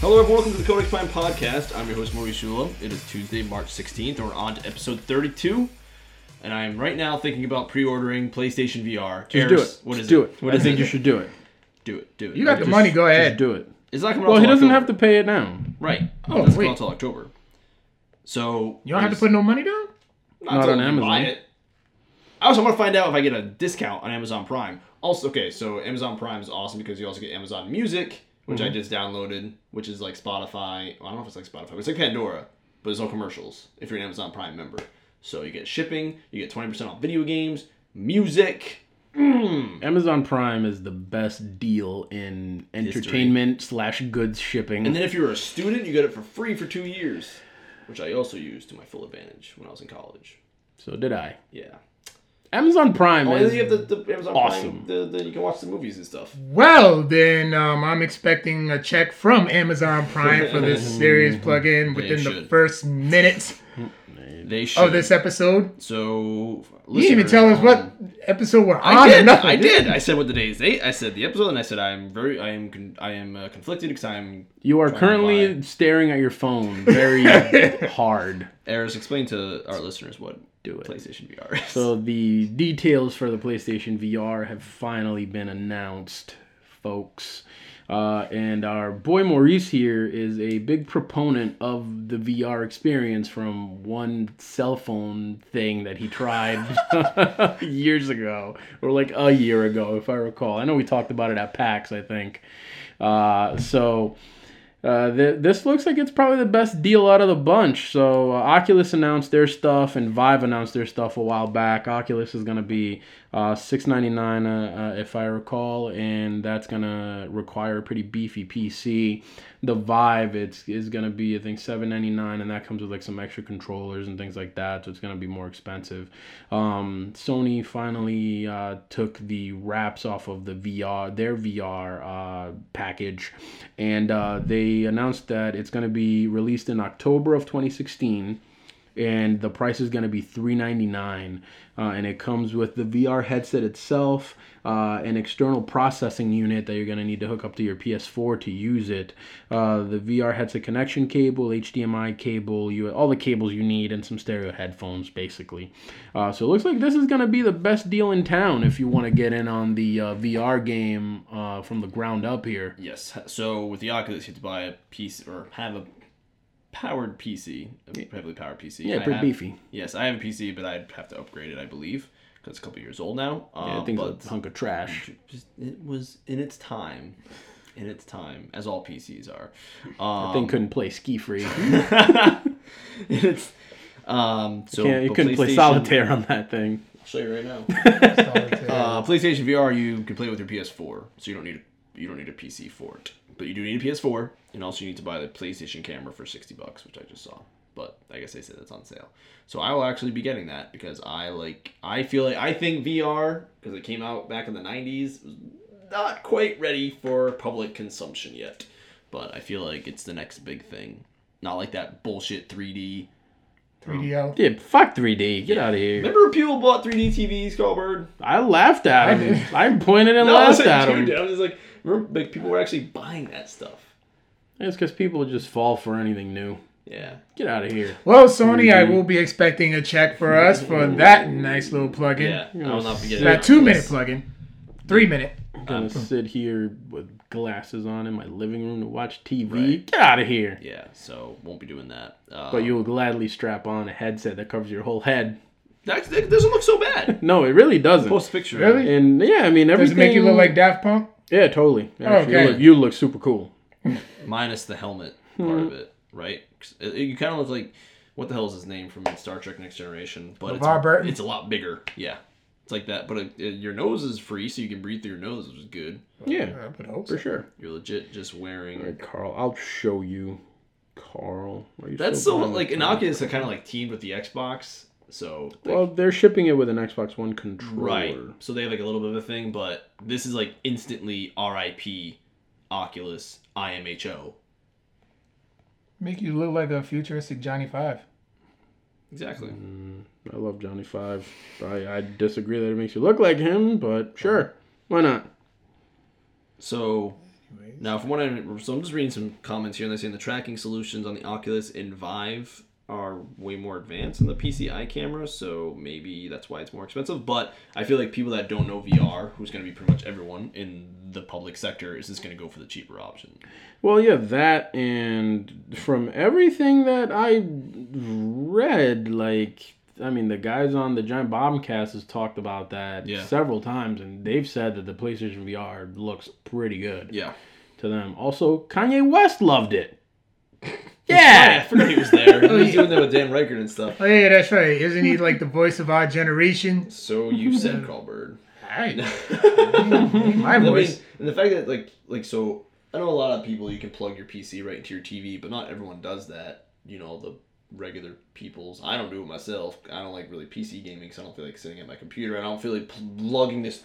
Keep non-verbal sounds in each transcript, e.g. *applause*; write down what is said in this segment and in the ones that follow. Hello, everyone. Welcome to the Codex Prime podcast. I'm your host, Maurice Shulo. It is Tuesday, March 16th, and we're on to episode 32. And I'm right now thinking about pre ordering PlayStation VR. Just do Eris, it. What Just is do it? it. What I is think it? you should do it. do it. Do it. You got Like, the money. Go Just ahead. do it. It's not coming out Well, he till doesn't October. have to pay it now. Right. Oh, Oh, it's wait. not until October. So. You don't have to put no money down. Not, Not until on you Amazon. buy it. I also want to find out if I get a discount on Amazon Prime. Also, okay, so Amazon Prime is awesome because you also get Amazon Music, which Mm-hmm. I just downloaded, which is like Spotify. Well, I don't know if it's like Spotify, but it's like Pandora, but it's all commercials if you're an Amazon Prime member. So you get shipping, you get 20% off video games, music. Amazon Prime is the best deal in entertainment slash goods shipping. And then if you're a student, you get it for free for two years, which I also used to my full advantage when I was in college. so did I. Yeah. Amazon Prime Oh, and then is you have the, the Amazon awesome. Prime, the, the, you can watch the movies and stuff. Well, then um, I'm expecting a check from Amazon Prime for this *laughs* series plug-in within the should. first minute They should. of this episode. So You didn't even listeners, tell us um, what episode we're on. I or did. nothing. I did. I said what the day is. Eight. I said the episode, and I said I am very. I am. Con- I am uh, conflicted because I am. you are to currently staring at your phone *laughs* very hard. Eris, explain to our listeners what Do it. PlayStation VR is. So the details for the PlayStation VR have finally been announced, folks. Uh, and our boy Maurice here is a big proponent of the VR experience from one cell phone thing that he tried *laughs* years ago, or like a year ago, if I recall. I know we talked about it at PAX, I think. Uh, so. Uh, th- this looks like it's probably the best deal out of the bunch. So uh, Oculus announced their stuff, and Vive announced their stuff a while back. Oculus is gonna be uh, six ninety nine, uh, uh, if I recall, and that's gonna require a pretty beefy PC. The Vive it's is gonna be I think seven ninety nine, and that comes with like some extra controllers and things like that. So it's gonna be more expensive. Um, Sony finally uh, took the wraps off of the VR, their VR uh, package, and uh, they announced that it's going to be released in October of 2016, and the price is going to be 3.99, uh, and it comes with the VR headset itself, uh, an external processing unit that you're going to need to hook up to your PS4 to use it, uh, the VR headset connection cable, HDMI cable, you all the cables you need, and some stereo headphones basically. Uh, so it looks like this is going to be the best deal in town if you want to get in on the uh, VR game uh, from the ground up here. *laughs* yes. So with the Oculus, you have to buy a piece or have a powered PC, a heavily powered PC. Yeah, I pretty have- beefy. Yes, I have a PC, but I'd have to upgrade it, I believe, because it's a couple years old now. Yeah, Uh, that thing's but a hunk of trash. just- it was in its time. In its time, as all PCs are. Um, Thing couldn't play ski free. *laughs* *laughs* it's um so Yeah, you but couldn't play PlayStation- solitaire on that thing. I'll show you right now. *laughs* uh, PlayStation VR you can play with your PS4, so you don't need a, you don't need a PC for it. But you do need a PS4, and also you need to buy the PlayStation camera for sixty bucks, which I just saw. But I guess they said that's on sale. So I will actually be getting that because I like I feel like I think VR because it came out back in the '90s was not quite ready for public consumption yet. But I feel like it's the next big thing. Not like that bullshit 3D 3DO. Yeah, fuck 3D. Get out of here. Remember when people bought 3D TVs, Callbird? I laughed at him. *laughs* I pointed and No, I was laughed like, at dude, him. I was like, remember, like, people were actually buying that stuff. It's because people just fall for anything new. Yeah. Get out of here. Well, Sony, I will be expecting a check for us for that nice little plug-in. Yeah. I will not be getting That two-minute plug-in, three-minute. I'm gonna sit here with glasses on in my living room to watch TV. Get out of here. Yeah, so won't be doing that. Uh, But you'll gladly strap on a headset that covers your whole head. that, that doesn't look so *laughs* bad. No, it really doesn't. Post a picture. Oh, Really? And yeah, I mean everything. Does it make you look like Daft Punk? Yeah, totally. Actually, okay. you, look, you look super cool. Minus the helmet part of it, right? 'Cause it- it- you kind of look like, what the hell is his name from Star Trek Next Generation? But LeVar it's, Burton? it's a lot bigger. Yeah. It's like that. But it, it- your nose is free, so you can breathe through your nose, which is good. Yeah, Uh, I would hope for so. sure. You're legit just wearing. Alright, Carl, I'll show you. Carl, are you That's so still blind? like an Oculus that kind of like teamed with the Xbox, so like, Well, they're shipping it with an Xbox One controller. right. So they have like a little bit of a thing, but this is like instantly RIP Oculus IMHO. Make you look like a futuristic Johnny Five. Exactly. I love Johnny Five. I, I disagree that it makes you look like him, but sure, why not? So Right. Now, from what I so I'm just reading some comments here, and they're saying the tracking solutions on the Oculus and Vive are way more advanced than the PCI camera, so maybe that's why it's more expensive. But I feel like people that don't know VR, who's going to be pretty much everyone in the public sector, is just going to go for the cheaper option. Well, yeah, that and from everything that I read, like I mean, the guys on the Giant Bombcast has talked about that Yeah. several times, and they've said that the PlayStation VR looks pretty good Yeah. to them. Also, Kanye West loved it. *laughs* Yeah, *laughs* I Yeah, forgot he was there. He was doing that with Dan Reichert and stuff. Oh yeah, that's right. Isn't he like the voice of our generation? So you *laughs* said, Callbird. Alright. I My mean, voice. and the fact that like like so, I know a lot of people you can plug your PC right into your TV, but not everyone does that. You know the regular people's. I don't do it myself. I don't like really PC gaming because I don't feel like sitting at my computer. and I don't feel like plugging this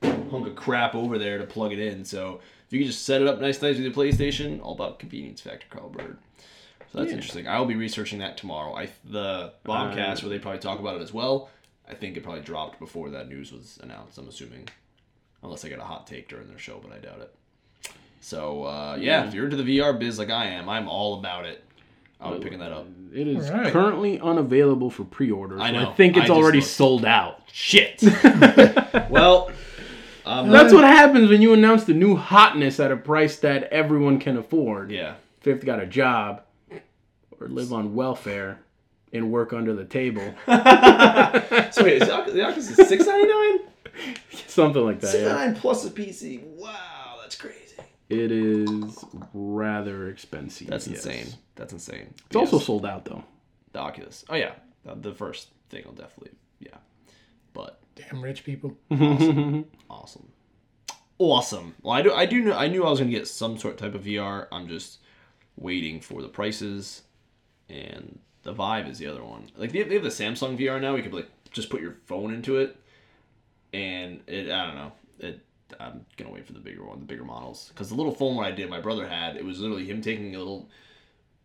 hunk of crap over there to plug it in. So if you can just set it up nice, nice with your PlayStation, all about convenience factor, Carl Bird. So that's Yeah. interesting. I will be researching that tomorrow. I the bombcast where they probably talk about it as well. I think it probably dropped before that news was announced. I'm assuming, unless I got a hot take during their show, but I doubt it. So uh, yeah, Mm. if you're into the VR biz like I am, I'm all about it. I'll be picking that up. it is All right. currently unavailable for pre-order. So I I, know. think I it's just already looked. sold out. *laughs* Shit. well, um, That's what happens when you announce the new hotness at a price that everyone can afford. yeah. Fifth got a job or live on welfare and work under *laughs* the table. So wait, is the Oculus- the Oculus is six ninety nine? Something like that. Six Yeah. ninety nine plus a PC. Wow, that's crazy. It is rather expensive. That's yes. insane. That's insane. It's also sold out though. the Oculus. Oh yeah, the, the first thing I'll definitely yeah, but Damn rich people. awesome, awesome. Well, I do I do know I knew I was gonna get some sort of type of VR. I'm just waiting for the prices, and the Vive is the other one. Like they have, they have the Samsung VR now. You could like just put your phone into it, and it I don't know it. I'm gonna wait for the bigger one, the bigger models, because the little phone one I did, my brother had. It was literally him taking a little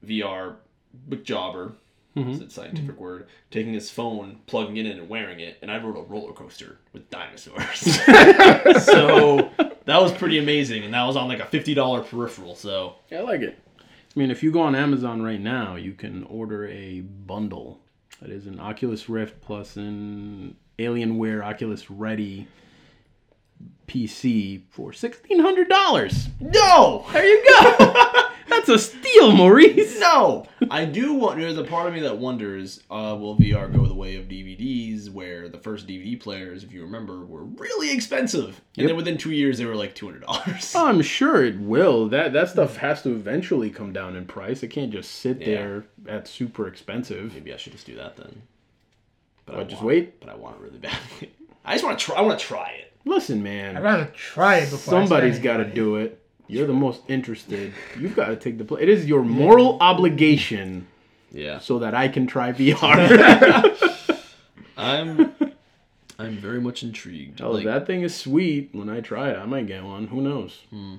VR book jobber is its scientific word, taking his phone, plugging it in, and wearing it, and I rode a roller coaster with dinosaurs. *laughs* so that was pretty amazing, and that was on like a fifty dollar peripheral. So I like it. I mean, if you go on Amazon right now, you can order a bundle that is an Oculus Rift plus an Alienware Oculus Ready PC for sixteen hundred dollars. no, There you go. *laughs* That's a steal, Maurice. no, I do want. There's a part of me that wonders, uh, will VR go the way of DVDs, where the first DVD players, if you remember, were really expensive, and then within two years they were like two hundred dollars. Oh, I'm sure it will. That that stuff has to eventually come down in price. It can't just sit there at super expensive. Maybe I should just do that then. But What, just want- wait? But I want it really badly. I just want to try. I want to try it. Listen, I'd man, rather try it before. somebody's got to do it. You're the most *laughs* interested. You've got to take the play. It is your moral obligation Yeah. so that I can *laughs* try VR. I'm I'm very much intrigued. *laughs* oh, like, that thing is sweet. When I try it, I might get one. Who knows? Hmm.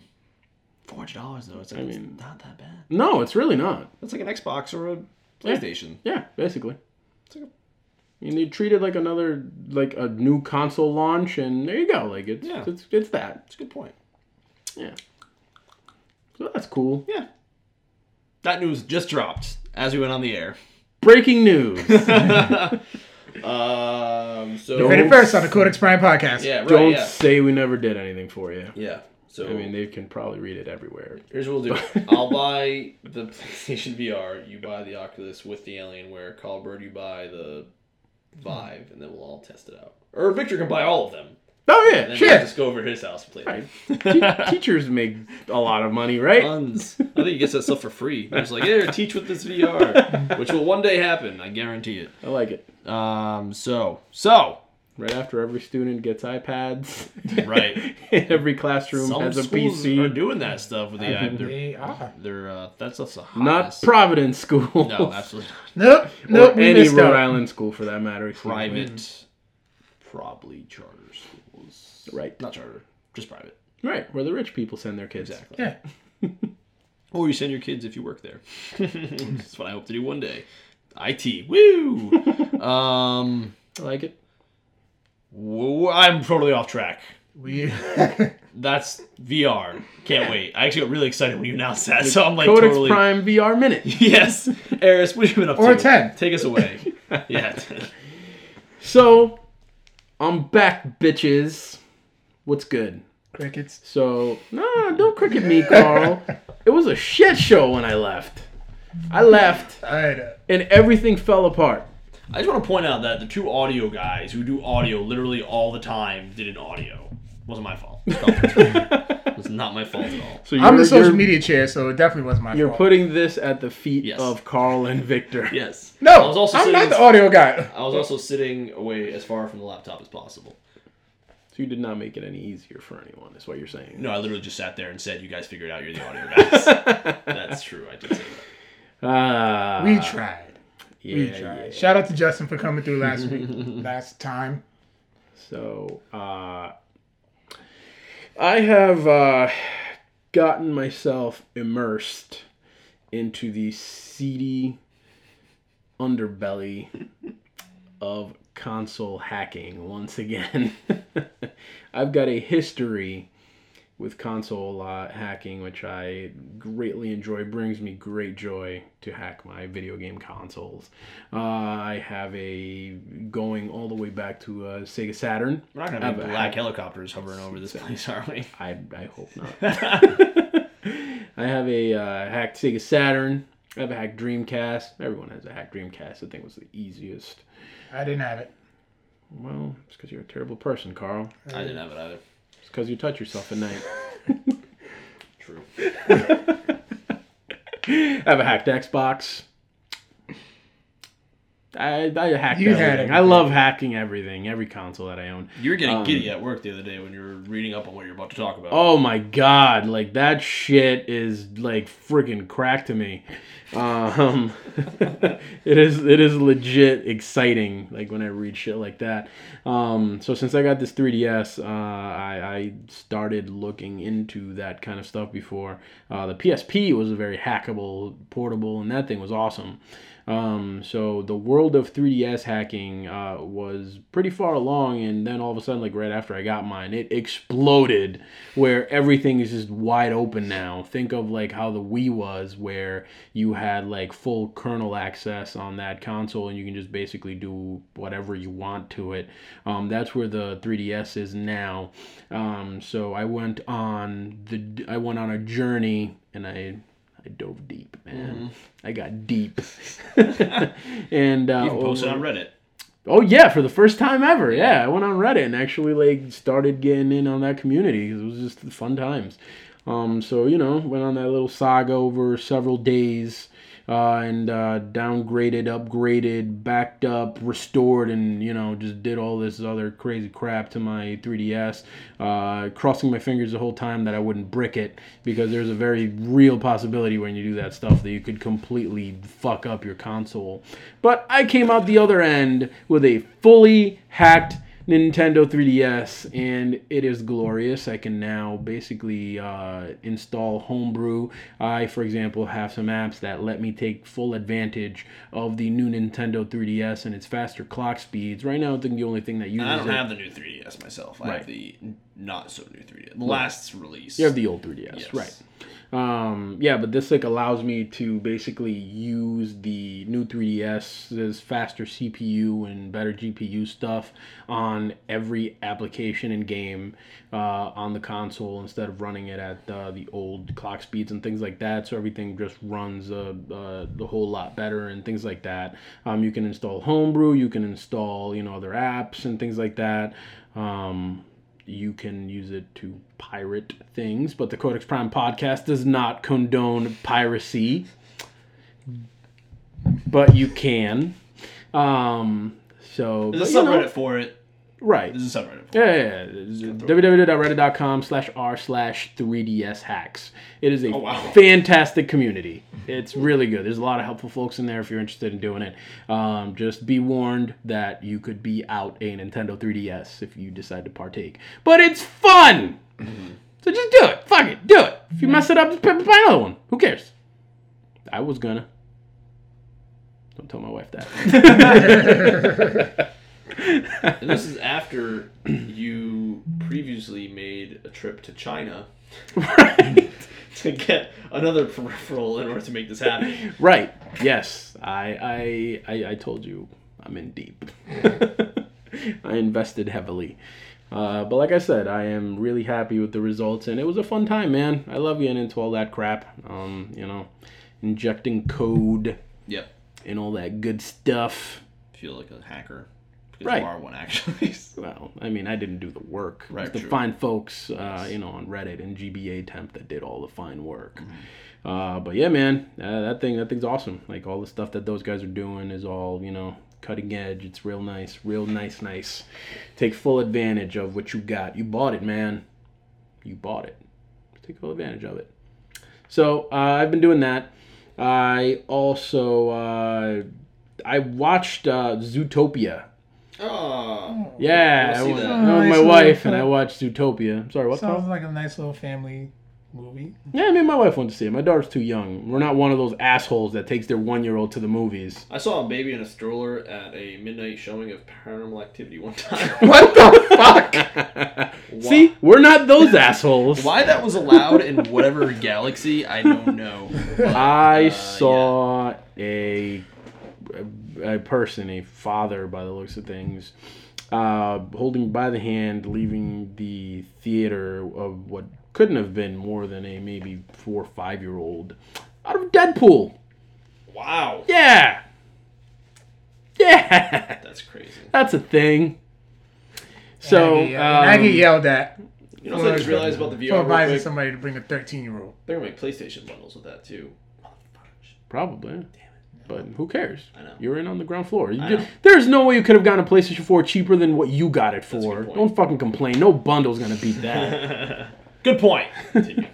four hundred dollars though. It's, like, it's mean- not that bad. No, it's really not. That's like an Xbox or a PlayStation. Yeah, basically. It's like a- And you treat it like another, like a new console launch, and there you go. Like it's Yeah. it's, it's that. It's a good point. Yeah. So that's cool. Yeah. That news just dropped as we went on the air. Breaking news. *laughs* Um. So Don't- Ready first on the Codex Prime podcast. yeah. Right. Don't yeah. say we never did anything for you. Yeah. So I mean, they can probably read it everywhere. here's what *laughs* we'll do. I'll buy the PlayStation VR. You buy the Oculus with the Alienware. Callbird, you buy the Vive, and then we'll all test it out. Or Victor can buy all of them. Oh And yeah, then sure. we'll just go over to his house and play. Right. Te- teachers make a lot of money, right? tons. I think he gets that stuff for free. He's like, here, teach with this VR, which will one day happen. I guarantee it. I like it. Um, so, so, Right after every student gets iPads, *laughs* right. every classroom Some has a schools PC. are doing that stuff with the app. They're, They are. they're uh, that stuff's a hot Not mess. Providence School. no, *laughs* absolutely not. Nope. Nope. Or We any missed Rhode out. Island school for that matter. excuse me. Private, probably charter schools. Right. Not charter, just private. Right, where the rich people send their kids. Exactly. Yeah. Or you send your kids if you work there. *laughs* That's what I hope to do one day. IT, woo! um, I like it. Whoa, I'm totally off track. We *laughs* That's VR. Can't wait. I actually got really excited when you announced that. So I'm like Codex totally. *laughs* Prime VR Minute. *laughs* Yes, Eris, what have you been up Or to? 10. Take us away. yeah. So, I'm back, bitches. What's good? crickets. So, nah, don't cricket me, *laughs* Carl. it was a shit show when I left. I left All right. uh, and everything fell *laughs* apart. I just want to point out that the two audio guys who do audio literally all the time did an audio. wasn't my fault. it was not my fault at all. So I'm the you're- social you're- media chair, so it definitely was my You're fault. putting this at the feet Yes. of Carl and Victor. Yes. no, I was also I'm sitting, not the audio guy. I was also sitting away as far from the laptop as possible. So you did not make it any easier for anyone. Is what you're saying. No, I literally just sat there and said, "You guys figure it out. You're the audio *laughs* guys." That's true. I did say that. Ah, We tried. yeah, We tried. yeah. Shout out to Justin for coming through last *laughs* week, last time. So uh, I have uh, gotten myself immersed into the seedy underbelly of console hacking once again. *laughs* I've got a history with console uh, hacking, which I greatly enjoy. Brings me great joy to hack my video game consoles. Uh, I have a going all the way back to uh, Sega Saturn. We're not gonna have I've- black helicopters hovering over *laughs* this place, are we? I, I hope not. I have a uh, hacked Sega Saturn. I have a hacked Dreamcast. Everyone has a hacked Dreamcast. I think was the easiest. I didn't have it. Well, it's because you're a terrible person, Carl. I didn't have it either. It's because you touch yourself at night. True. I have a hacked Xbox. I, I hacked You everything. had I everything. love hacking everything, every console that I own. You were Um, getting giddy at work the other day when you were reading up on what you're about to talk about. Oh my god, like that shit is like freaking crack to me. Um, *laughs* it is it is legit exciting. Like when I read shit like that. Um, so since I got this 3ds, uh, I, I started looking into that kind of stuff before. Uh, the PSP was a very hackable, portable, and that thing was awesome. Um, so the world of 3DS hacking uh, was pretty far along, and then all of a sudden, like right after I got mine, it exploded, where everything is just wide open now. Think of like how the Wii was, where you had like full kernel access on that console, and you can just basically do whatever you want to it. Um, that's where the 3DS is now. Um, so I went on the I went on a journey, and I I dove deep, man. I got deep. and uh, Even posted over- on Reddit. oh yeah, for the first time ever. Yeah, I went on Reddit and actually like started getting in on that community 'cause it was just fun times. Um, so you know, went on that little saga over several days. Uh, and uh, downgraded, upgraded, backed up, restored, and you know just did all this other crazy crap to my 3ds, uh, crossing my fingers the whole time that I wouldn't brick it because there's a very real possibility when you do that stuff that you could completely fuck up your console. But I came out the other end with a fully hacked Nintendo 3DS, and it is glorious. I can now basically uh, install Homebrew. I, for example, have some apps that let me take full advantage of the new Nintendo 3DS and its faster clock speeds. Right now, I think the only thing that uses I don't it- have the new 3DS myself. I Right. have the not so new 3DS. The last release. You have the old 3DS, Yes. right? Um, yeah, but this like allows me to basically use the new 3DS's faster CPU and better GPU stuff on every application and game uh, on the console instead of running it at uh, the old clock speeds and things like that. So everything just runs a, a, a whole lot better and things like that. Um, you can install Homebrew, you can install you know other apps and things like that. Um, you can use it to pirate things, but the Codex Prime podcast does not condone piracy. But you can. Um, so, There's a but, you know, subreddit for it. right. There's a subreddit for it. Yeah, yeah, yeah. www.reddit.com slash r slash 3ds hacks. It is a Oh, wow. fantastic community. It's really good. There's a lot of helpful folks in there if you're interested in doing it. Um, just be warned that you could be out a Nintendo 3ds if you decide to partake. But it's fun! Mm-hmm. So just do it. Fuck it. Do it. If you mess it up, just buy buy another one. Who cares? I was gonna. Don't tell my wife that. And this is after you previously made a trip to China *laughs* right. *laughs* to get another peripheral in order to make this happen. Right. Yes. I I I, I told you I'm in deep. *laughs* I invested heavily. Uh, but like I said, I am really happy with the results, and it was a fun time, man. I love getting into all that crap. Um, you know, injecting code Yep. and all that good stuff. Feel like a hacker. Because Right. You are *laughs* one actually. Well, I mean, I didn't do the work. It was Right, the true. fine folks, uh, you know, on Reddit and GBA temp that did all the fine work. Mm-hmm. Uh, but yeah, man, uh, that thing, that thing's awesome. Like all the stuff that those guys are doing is all, you know, cutting edge. It's real nice, real nice, nice. Take full advantage of what you got. You bought it, man. You bought it. Take full advantage of it. So uh, I've been doing that. I also uh, I watched uh, Zootopia. Oh. Yeah, I I wanna see went, that. I went with my Nice wife little and I watched Zootopia. I'm sorry, what? Sounds Tom? like a nice little family movie. Yeah, me and my wife went to see it. My daughter's too young. We're not one of those assholes that takes their one year old to the movies. I saw a baby in a stroller at a midnight showing of Paranormal Activity one time. What the fuck? *laughs* See, we're not those assholes. Why that was allowed in whatever galaxy, I don't know. But, I uh, saw a, a a person, a father, by the looks of things, uh, holding by the hand, leaving the theater of what couldn't have been more than a maybe four or five year old out of Deadpool. Wow. Yeah. Yeah. *laughs* That's crazy. That's a thing. So, I get, I um, get yelled at You know what I just realized about the for VR real advising quick? somebody to bring a 13 year old. *laughs* They're gonna make PlayStation bundles with that too. probably. But who cares? I know. You're in on the ground floor. You I did- know. there's no way you could have gotten a PlayStation 4 cheaper than what you got it a good for. point. Don't fucking complain. No bundle's gonna beat that. Good point. Continue.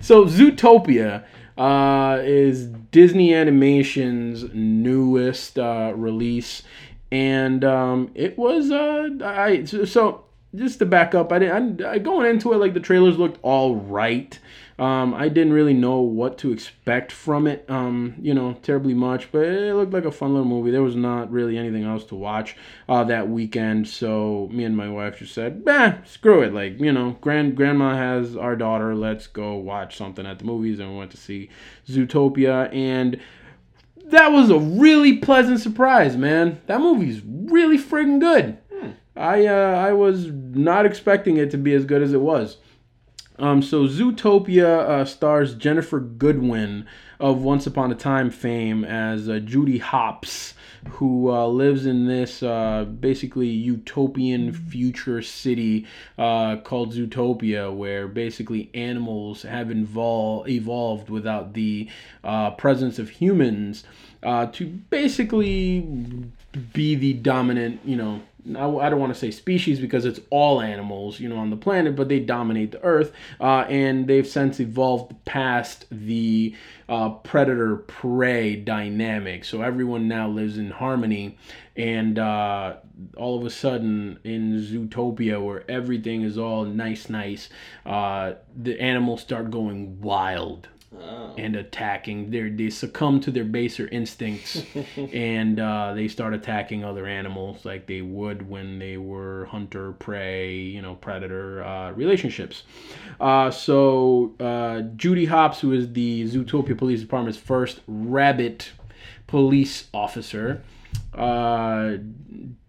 so Zootopia uh, is Disney Animation's newest uh, release, and um, it was uh, I so- so just to back up, I didn't I, I- going into it like the trailers looked all right. Um, I didn't really know what to expect from it, um, you know, terribly much, but it looked like a fun little movie. There was not really anything else to watch uh, that weekend, so me and my wife just said, "Bah, screw it!" Like, you know, grand grandma has our daughter. Let's go watch something at the movies, and we went to see Zootopia, and that was a really pleasant surprise, man. That movie's really friggin' good. I uh, I was not expecting it to be as good as it was. Um, so Zootopia uh, stars Jennifer Goodwin of Once Upon a Time fame as uh, Judy Hopps, who uh, lives in this uh, basically utopian future city uh, called Zootopia, where basically animals have invol- evolved without the uh, presence of humans uh, to basically be the dominant, you know, I, I don't want to say species because it's all animals, you know, on the planet, but they dominate the earth. Uh, and they've since evolved past the uh, predator prey dynamic. So everyone now lives in harmony. And uh, all of a sudden in Zootopia, where everything is all nice, nice, uh, the animals start going wild Oh. and attacking. They they succumb to their baser instincts, and uh, they start attacking other animals like they would when they were hunter prey, you know, predator uh, relationships. Uh, so uh, Judy Hopps, who is the Zootopia Police Department's first rabbit police officer, uh,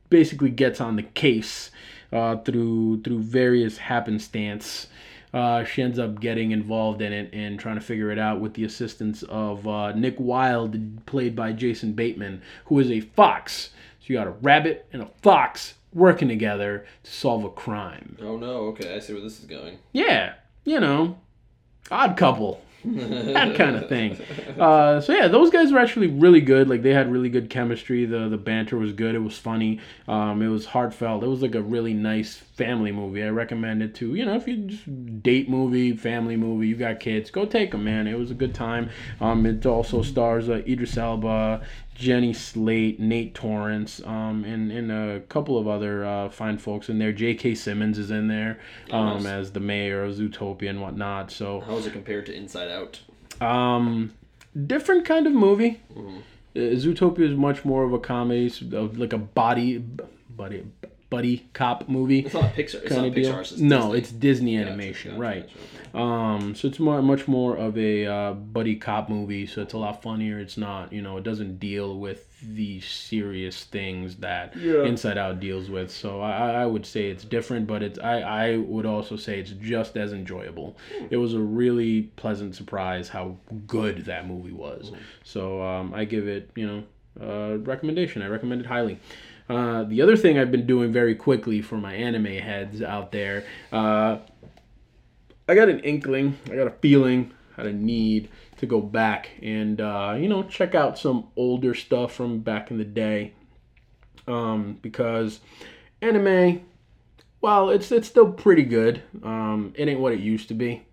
basically gets on the case uh, through through various happenstance. Uh, she ends up getting involved in it and trying to figure it out with the assistance of uh, Nick Wilde, played by Jason Bateman, who is a fox. So you got a rabbit and a fox working together to solve a crime. *laughs* Oh no. Okay, I see where this is going. Yeah, you know, odd couple that kind of thing. Uh, so yeah, those guys were actually really good. Like they had really good chemistry. The the banter was good. It was funny. Um, it was heartfelt. It was like a really nice family movie. I recommend it to you know if you just date movie, family movie, you got kids, go take them, man. It was a good time. Um, it also stars uh, Idris Elba, Jenny Slate, Nate Torrance, um, and and a couple of other uh, fine folks in there. J.K. Simmons is in there um, nice. as the mayor of Zootopia and whatnot. So. How is it compared to Inside Out? Mm-hmm. Um, different kind of movie. Uh, Zootopia is much more of a comedy, s- of like a body, buddy, buddy cop movie. It's not Pixar. It's kinda not deal. Pixar. It's no, Disney. it's Disney Yeah, it's- animation, yeah, right? that's Um, so it's more, much more of a uh, buddy cop movie. So it's a lot funnier. It's not, you know, it doesn't deal with the serious things that Yeah. Inside Out deals with. So I, I- I would say it's different, but it's I, I would also say it's just as enjoyable. It was a really pleasant surprise how good that movie was. So um, I give it, you know, uh, recommendation. I recommend it highly. Uh, the other thing I've been doing very quickly for my anime heads out there, uh, I got an inkling, I got a feeling, I had a need to go back and uh, you know check out some older stuff from back in the day, um, because anime, well, it's it's still pretty good. Um, it ain't what it used to be.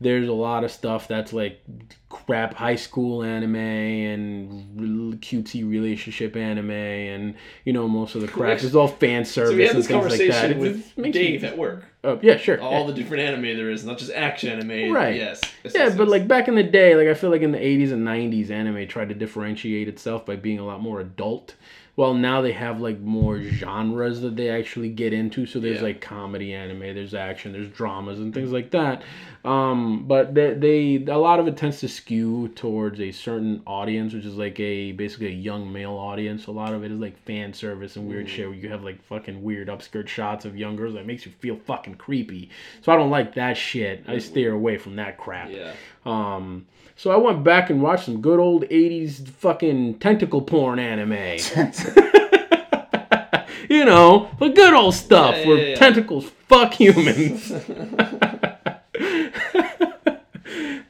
There's a lot of stuff that's like crap high school anime and rel- cutesy relationship anime and you know most of the crap is all fan service So we had and this things like that. conversation It- with it makes me- Dave at work. uh, yeah, sure. yeah. All the different anime there is, not just action anime. Right. Yes. Yes, Yeah, yes, but yes. like back in the day, like I feel like in the 80s and 90s, anime tried to differentiate itself by being a lot more adult. Well, now they have like more genres that they actually get into. So there's Yeah. like comedy anime, there's action, there's dramas and things like that. Um, but they, they a lot of it tends to skew towards a certain audience, which is like a basically a young male audience. A lot of it is like fan service and Mm. weird shit where you have like fucking weird upskirt shots of young girls that makes you feel fucking creepy. So I don't like that shit. I steer away from that crap. Mm. Yeah. Um, so I went back and watched some good old 80s fucking tentacle *laughs* porn anime. you know, the good old stuff Yeah, yeah, where yeah, yeah. tentacles fuck *laughs* humans. *laughs*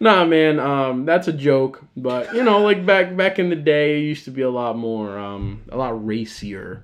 nah, man, um, that's a joke. But you know, like back back in the day, it used to be a lot more, um, a lot racier.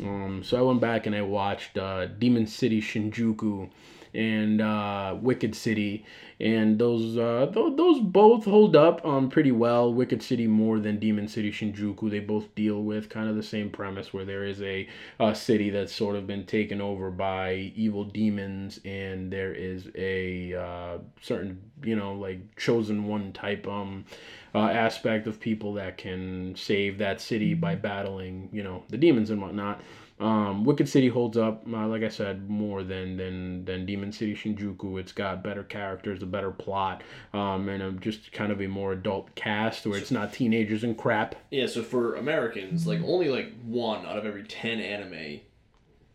Um, so I went back and I watched uh, Demon City Shinjuku and uh, Wicked City, and those uh, th- those both hold up um, pretty well. Wicked City more than Demon City Shinjuku. They both deal with kind of the same premise where there is a, uh city that's sort of been taken over by evil demons, and there is a uh, certain you know like chosen one type um uh, aspect of people that can save that city by battling, you know, the demons and whatnot. Um, Wicked City holds up, uh, like I said, more than than than Demon City Shinjuku. It's got better characters, a better plot, um, and a, just kind of a more adult cast where it's not teenagers and crap. Yeah, so for Americans, like only like one out of every ten anime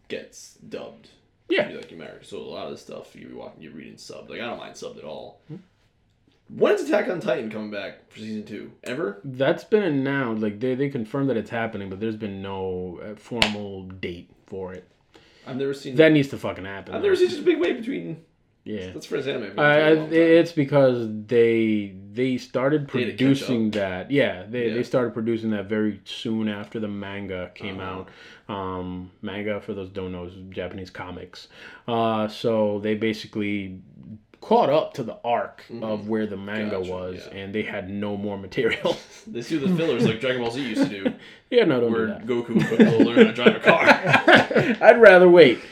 gets dubbed. Yeah. You're like American. So a lot of the stuff you watch, you read in sub. Like I don't mind subbed at all. When is Attack on Titan coming back for season two? Ever? That's been announced. Like they they confirmed that it's happening, but there's been no uh, formal date for it. I've never seen. That needs to fucking happen. Uh, I've though. never seen such a big wave between. yeah. That's for his anime. I, I, it's because they they started They had to catch producing that. Yeah, they, Yeah. they started producing that very soon after the manga came Uh-huh. out. Um, manga, for those who don't know, is Japanese comics. Uh, so they basically caught up to the arc of where the manga Mm-hmm. Gotcha, was, yeah. and they had no more *laughs* material. They do the fillers like Dragon Ball Z used to *laughs* do, yeah, no, don't do where that. Goku would learn how to drive a *laughs* car. I'd *laughs* rather wait. *laughs*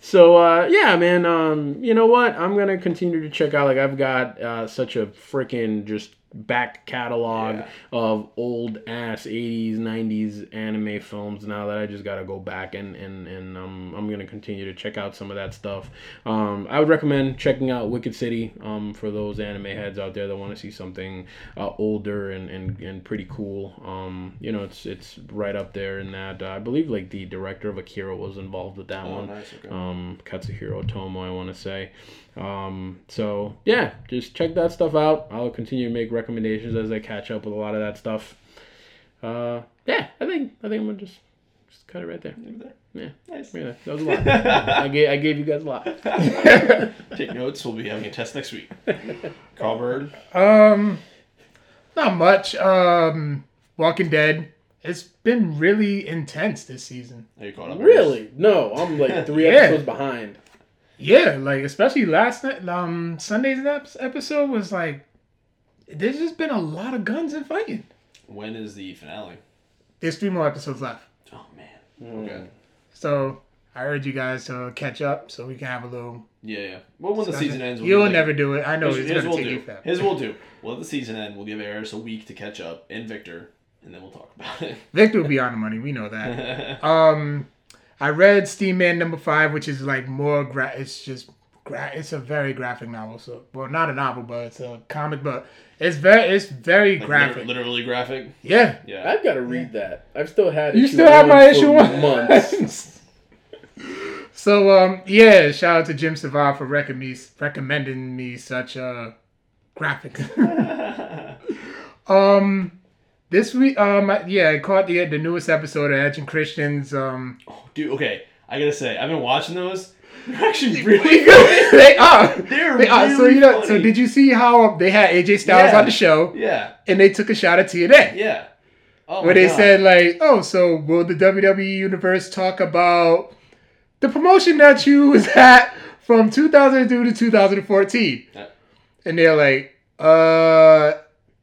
so uh, yeah, man. Um, you know what? I'm gonna continue to check out. Like I've got uh, such a freaking just back catalog Yeah. of old ass 80s 90s anime films now that i just gotta go back and and and um, i'm gonna continue to check out some of that stuff um, i would recommend checking out wicked city um, for those anime heads out there that want to see something uh, older and, and and pretty cool um, you know it's it's right up there in that uh, i believe like the director of akira was involved with that one. Oh, nice, okay. um, katsuhiro tomo i want to say um, so yeah, just check that stuff out. I'll continue to make recommendations as I catch up with a lot of that stuff. Uh, yeah, I think I think I'm gonna just just cut it right there. Leave it Yeah, there. Nice. yeah that was a lot. I gave I gave you guys a lot. Take notes. We'll be having a test next *laughs* week. Callbird. Um, not much. Um, Walking Dead. It's been really intense this season. Are you caught up? No, I'm like three Yeah. episodes behind. Yeah, like especially last night. Um, Sunday's ep- episode was like, there's just been a lot of guns and fighting. When is the finale? There's three more episodes left, Oh man. Okay. Hmm. so I urge you guys to catch up so we can have a little Yeah, yeah. Well, when the season ends, You'll do, like, never do it. I know His, he's his gonna will take do. you for that. His will do. We'll let the season end. We'll give Eris a week to catch up and Victor, and then we'll talk about it. Victor will be on the money. We know that. um, I read Steam Man number five, which is like more. Gra- it's just. Gra- it's a very graphic novel. So, well, not a novel, but it's a comic book. It's very. It's very Like, graphic. liter- literally graphic. Yeah. Yeah. I've got to read that. I've still had You issue still have one my for issue one? *laughs* months. So um yeah, shout out to Jim Savard for recommend me, recommending me such a graphic. *laughs* um this week um I- yeah, I caught the the newest episode of Edge and *laughs* Christians um *laughs* Dude, okay. I gotta say, I've been watching those. They're *laughs* actually really. they are They're they are so really you know so funny. did you see how um, they had AJ Styles Yeah. on the show Yeah. and they took a shot at TNA Yeah. Oh where my they God. said like oh so will the WWE universe talk about the promotion that you was at from 2002 to 2014 Uh, and they're like, uh,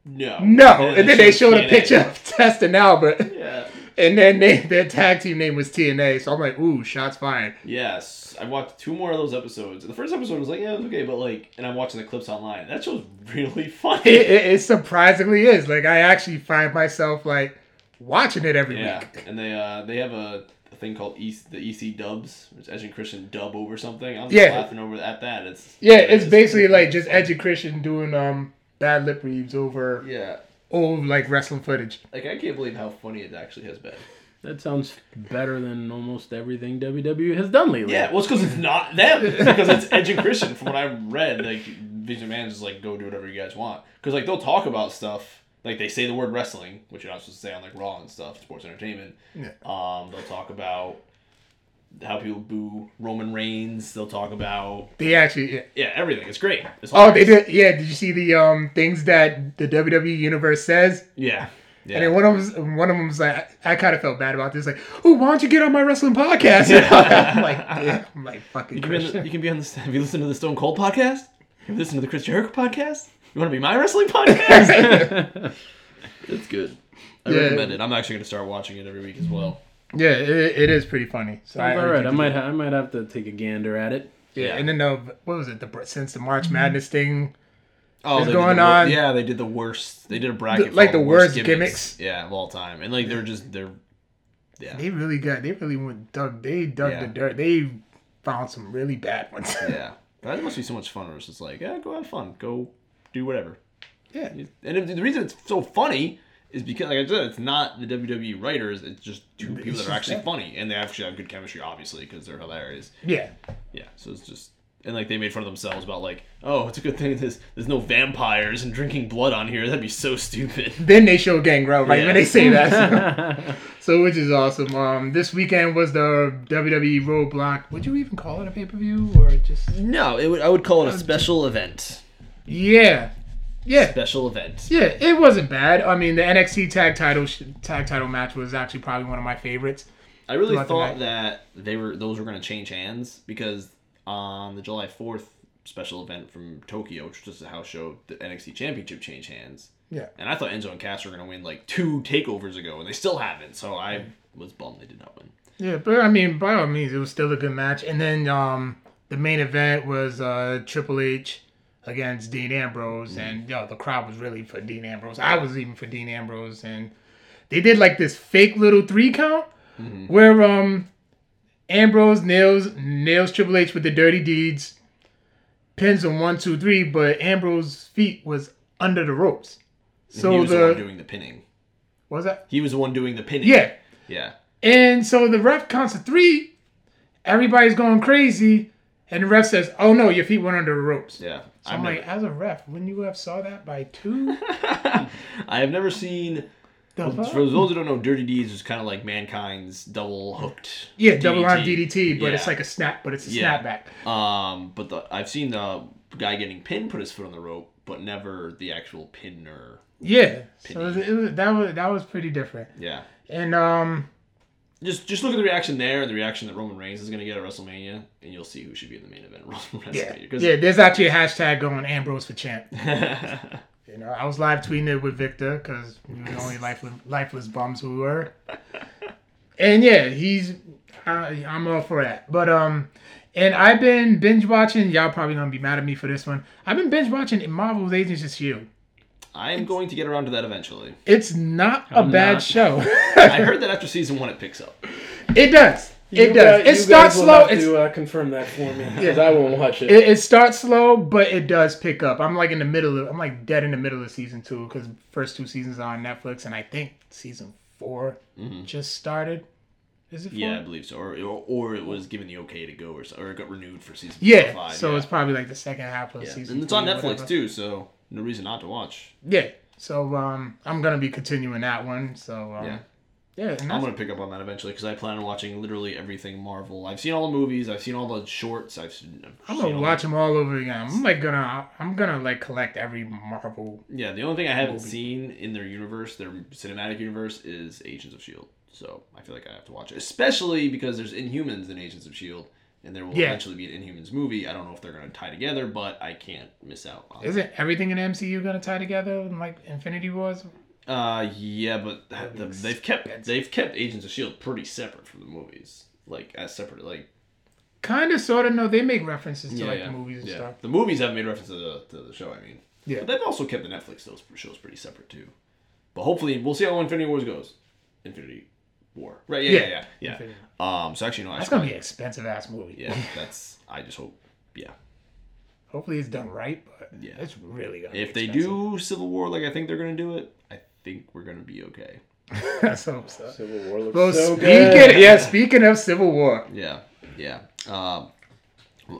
no. no. And then they showed a TNA. picture of Test and Albert, Yeah. and then they, their tag team name was TNA. So I'm like, ooh, shots fired. Yes, I watched two more of those episodes. The first episode was like, yeah, it was okay, but like, and I'm watching the clips online. That show's really *laughs* funny. It, it, it surprisingly is. Like, I actually find myself like watching it every Yeah, week. and they uh they have a, a thing called E the EC dubs, which Edge and Christian dub over something. I'm just Yeah. laughing over at that. It's Yeah, it's basically like just Edge and Christian doing um bad lip reads over yeah. old like wrestling footage. Like I can't believe how funny it actually has been. That sounds better than almost everything WWE has done lately. Yeah, well, it's because it's not them. It's because it's Edge and Christian. From what I read, like Vision Man's just like go do whatever you guys want. Because like they'll talk about stuff. Like they say the word wrestling, which you're not supposed to say on like Raw and stuff, sports entertainment. Yeah. Um, they'll talk about how people boo Roman Reigns. They'll talk about They actually, yeah. yeah everything. It's great. It's oh, they hilarious. did. Yeah, did you see the um things that the WWE universe says? Yeah. Yeah. And then one of them, one of them was like, I, I kind of felt bad about this. Like, oh, why don't you get on my wrestling podcast? *laughs* I'm like, yeah, *laughs* I'm like fucking you, can be on the, Christian. you can be on this. *laughs* Have you listened to the Stone Cold podcast? Have you listened to the Chris Jericho podcast? You want to be my wrestling podcast? *laughs* it's good. I Yeah. recommend it. I'm actually going to start watching it every week as well. yeah, it, it is pretty funny. So I Sounds all urge right. you I to- might ha- I might have to take a gander at it. Yeah, and then the what was it? The br- since the Mm-hmm. March Madness thing, Oh, It's they did the going wor- on- Yeah, they did the worst. They did a bracket, The- for like all the worst gimmicks. Yeah, of all time, and like they're just they're yeah they really got they really went dug they dug Yeah. the dirt. They found some really bad ones. *laughs* yeah. That must be so much fun. Where it's just like, yeah, go have fun, go do whatever. yeah, And if, the reason it's so funny is because, like I said, it's not the WWE writers. It's just two people that just are actually them. funny, and they actually have good chemistry, obviously, because they're hilarious. yeah. Yeah. So it's just and like they made fun of themselves about like, oh, it's a good thing there's there's no vampires and drinking blood on here. That'd be so stupid. Then they show Gangrel right Yeah. when they say that. so which is awesome. Um, this weekend was the WWE Roadblock. Would you even call it a pay per view or just? *laughs* No, it would, I would call it a special event. Yeah, yeah. Special event. Yeah, it wasn't bad. I mean, the NXT tag title sh- tag title match was actually probably one of my favorites. I really Throughout the thought night. that they were those were going to change hands because on the July Fourth special event from Tokyo, which was just a house show, the NXT Championship changed hands. Yeah. And I thought Enzo and Cass were going to win like two takeovers ago, and they still haven't. So I was bummed they did not win. Yeah, but I mean, by all means, it was still a good match. And then um, the main event was uh, Triple H against Dean Ambrose, Mm-hmm. and yo, the crowd was really for Dean Ambrose. I was even for Dean Ambrose, and they did like this fake little three count Mm-hmm. where um, Ambrose nails nails Triple H with the dirty deeds, pins him one, two, three, but Ambrose's feet was under the ropes. So he was the, the one doing the pinning. what was that He was the one doing the pinning. yeah. Yeah. And so the ref counts to three. Everybody's going crazy. And the ref says, oh no, your feet went under the ropes. Yeah. So I'm I've like, as a ref, wouldn't you have saw that by two? never- I have never seen. The fuck? For those who don't know, Dirty Deeds is kind of like mankind's double hooked. yeah, double arm DDT. DDT, but it's Yeah. like a snap, but it's a Yeah. snapback. Um, but the, I've seen the guy getting pinned put his foot on the rope, but never the actual pinner. Yeah. So it was, it was, that was that was pretty different. Yeah. And um Just just look at the reaction there and the reaction that Roman Reigns is going to get at WrestleMania, and you'll see who should be in the main event of *laughs* yeah, WrestleMania. 'Cause- yeah, there's actually a hashtag going Ambrose for champ. *laughs* You know, I was live tweeting it with Victor because we were the only lifeless, lifeless bums who *laughs* were. And yeah, he's I, I'm all for that. But um, And I've been binge watching. Y'all probably gonna be mad at me for this one. I've been binge watching Marvel's Agents of Shield. I'm going to get around to that eventually. E It's not a I'm bad not. *laughs* show. I heard that after season one it picks up. it does. It You does. guys- It you starts guys will slow. have It's, to uh, confirm that for me because I won't watch it. it, it starts slow, but it does pick up. I'm like in the middle of. I'm like dead in the middle of season two because first two seasons are on Netflix, and I think season 4 just started. Is it? Four? Mm-hmm. Yeah, I believe so. Or, or or it was given the okay to go, or so, or it got renewed for season Yeah. five. so yeah. it's probably like the second half of Yeah. season. and it's on three or Netflix whatever. too, so no reason not to watch. Yeah. So um, I'm gonna be continuing that one. So Yeah. um, yeah, yeah. and I'm that's- gonna pick up on that eventually because I plan on watching literally everything Marvel. I've seen all the movies, I've seen all the shorts, I've seen. I've I'm seen gonna all watch them all over again. I'm like gonna, I'm gonna like collect every Marvel. the- yeah, the only thing I haven't seen in their universe, their cinematic universe, is Agents of Shield. So I feel like I have to watch it, especially because there's Inhumans in Agents of Shield, E and there will Yeah. eventually be an Inhumans movie. I don't know if they're gonna tie together, but I can't miss out. on it. Isn't everything in the MCU gonna tie together in like Infinity Wars? Uh, yeah, but that, the, That'd be they've kept expensive. they've kept Agents of Shield E pretty separate from the movies, like as separate, like Kind of, sort of. No, they make references to yeah, like yeah, the movies and yeah. stuff. The movies haven't made reference to the to the show. I mean, Yeah. but they've also kept the Netflix those shows pretty separate too. But hopefully, we'll see how Infinity Wars goes. Infinity War, right? Yeah, yeah, Yeah. yeah. yeah. Infinity Um, so actually, no, I That's should gonna be probably, an expensive ass movie. *laughs* yeah, that's I just hope, yeah. Hopefully it's done right, but Yeah. it's really gonna. If be they expensive. do Civil War like I think they're gonna do it, I think we're gonna be okay. *laughs* That's so. so. Civil War looks Well, so speaking, good. yeah, speaking of Civil War, Yeah, yeah. Um,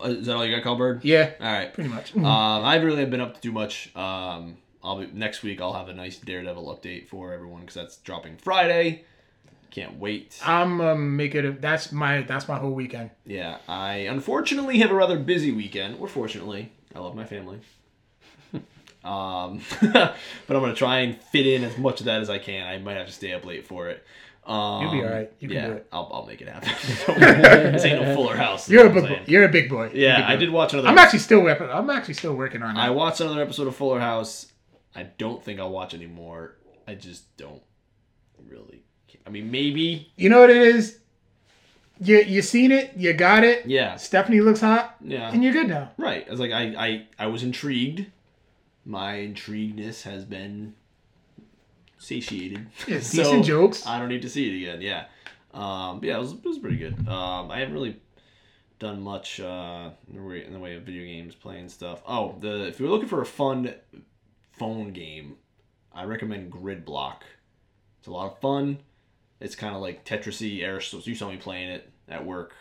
is that all you got, Callbird? yeah, All right. pretty much. Um, I really haven't been up to do much. Um, I'll be next week. I'll have a nice Daredevil update for everyone because that's dropping Friday. Can't wait. I'm um, make it. A, that's my. That's my whole weekend. Yeah, I unfortunately have a rather busy weekend. Or fortunately, I love my *laughs* family. um, *laughs* but I'm gonna try and fit in as much of that as I can. I might have to stay up late for it. Um, You'll be all right. You can yeah, do it. I'll, I'll make it happen. *laughs* Don't worry. this ain't no Fuller House. is You're what a I'm big. Boy. saying. You're a big boy. Yeah, I did watch another. I'm actually still working. I'm actually still working on I that. watched another episode of Fuller House. I don't think I'll watch anymore. I just don't really. Care. I mean, maybe. You know what it is? You you seen it? You got it. Yeah. Stephanie looks hot, Yeah. and you're good now. Right. I was like, I, I, I was intrigued. My intrigueness has been satiated. *laughs* Yeah, decent jokes. I don't need to see it again. Yeah. Um, yeah, it was, it was pretty good. Um, I haven't really done much uh, in the way- in the way of video games, playing stuff. Oh, the if you're looking for a fun phone game, I recommend Grid Block. It's a lot of fun. It's kind of like Tetrisy. Air, so you saw me playing it at work.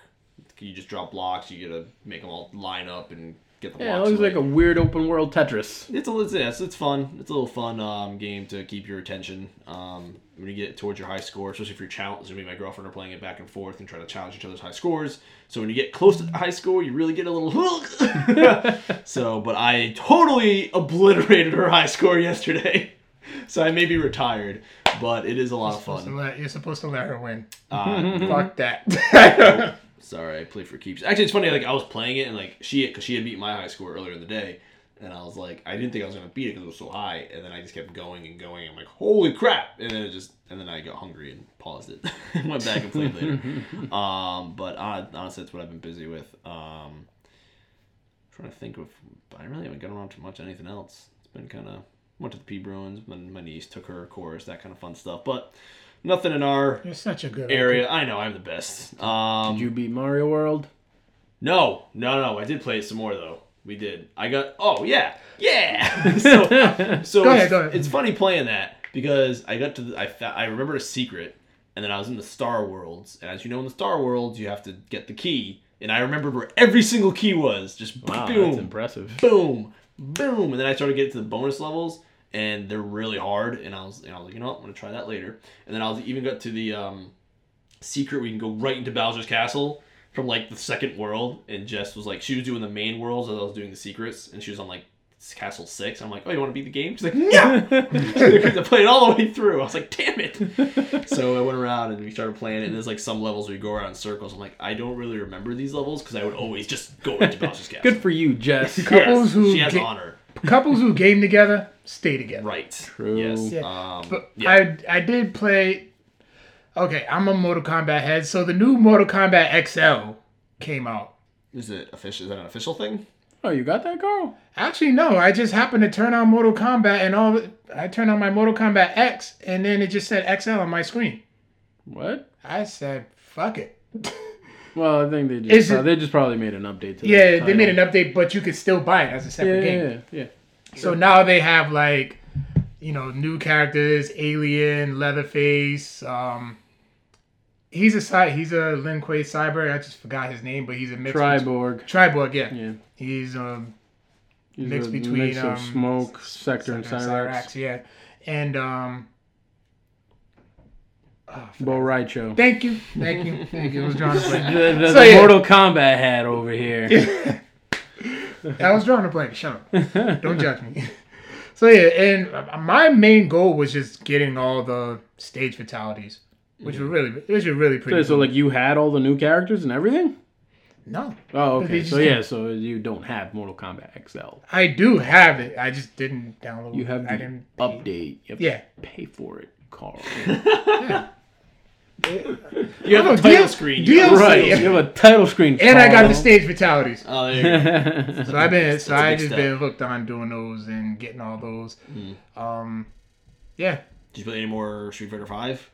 You just drop blocks. You gotta make them all line up and get the Yeah, it blocks. looks away like a weird open world Tetris. it's a it's, it's, it's fun. It's a little fun um, game to keep your attention um, when you get towards your high score, especially if you're challenged. Me and my girlfriend are playing it back and forth and trying to challenge each other's high scores. So when you get close to the high score, you really get a little *laughs* hook. so, but I totally obliterated her high score yesterday. *laughs* So I may be retired, but it is a lot of So fun. let- You're supposed to let her win. Uh, *laughs* Fuck that. Sorry, I play for keeps. Actually, it's funny. Like I was playing it, and like she, because she had beat my high score earlier in the day, and I was like, I didn't think I was gonna beat it because it was so high, and then I just kept going and going. I'm like, holy crap! And then it just, and then I got hungry and paused it, *laughs* and went back and played later. um, but uh, honestly, that's what I've been busy with. Um, trying to think of, I really haven't gotten around to much anything else. It's been kind of went to the P Bruins. My, my niece took her chorus, that kind of fun stuff, but nothing in our You're such a good area. I know I'm the best. Um, Did you beat Mario World? no, no, no. I did play it some more though. We did. I got. Oh yeah, *laughs* yeah. so, so Go it's, ahead, go ahead. it's funny playing that because I got to. The, I fa- I remembered a secret, and then I was in the Star Worlds, and as you know, in the Star Worlds, you have to get the key, and I remembered where every single key was. Just Wow, that's boom, *laughs* impressive. boom, boom, and then I started getting to the bonus levels, and they're really hard. And I was, and I was like, you know, what, I'm gonna try that later. And then I was even got to the um, secret where you can go right into Bowser's castle from like the second world. And Jess was like, she was doing the main worlds, as I was doing the secrets, and she was on like castle six. I'm like, oh, you want to beat the game? She's like, *laughs* no. I played it all the way through. I was like, damn *laughs* it. so I went around and we started playing it. And there's like some levels where you go around in circles. I'm like, I don't really remember these levels because I would always just go into Bowser's castle. Good for you, Jess. *laughs* Couples who she has get- honor. Couples who game together stay together. Right. True. Yes. Yeah. Um, But yeah. I I did play. Okay, I'm a Mortal Kombat head, so the new Mortal Kombat XL came out, Is it official? Is that an official *laughs* thing? Oh, you got that, Carl? Actually, no. I just happened to turn on Mortal Kombat, and all I turned on my Mortal Kombat X, and then it just said XL on my screen. What? I said, "Fuck it." Well, I think they just Is pro- it- they just probably made an update to. the Yeah, they title. made an update, but you could still buy it as a Yeah, separate game. yeah, yeah, yeah. So now they have like, you know, new characters: Alien, Leatherface. Um, he's a cy- he's a Lin Kuei cyber. I just forgot his name, but he's a mix. between- Triborg. Triborg, yeah. Yeah. He's um, He's Mix a between, mix um, of smoke, sector, and Cyrax. Cyrax, yeah, and um. oh, Bo *laughs* Raicho. The, Thank you, thank *laughs* you, thank you. I was drawing a blank. the, So, the yeah. Mortal Kombat hat over here. *laughs* *laughs* I was drawing a blank. Shut up. Don't judge me. *laughs* So yeah, and uh, my main goal was just getting all the stage fatalities, which were really, which were really pretty. So, so cool. like you had all the new characters and everything. no, Oh, But they okay. So just- yeah, so you don't have Mortal Kombat XL. I do have it. I just didn't download. You have I the didn't. update. You have Yeah. to pay for it, *laughs* Carl. *laughs* You have Oh, a title deal- screen. deal- You have a- right. You have a title screen. And I got the Carl. *laughs* stage fatalities. Oh, there you go. So I've been, That's so a I big just step. Mm. been hooked on doing those and getting all those. Um, yeah, Did you play any more Street Fighter *laughs* Five?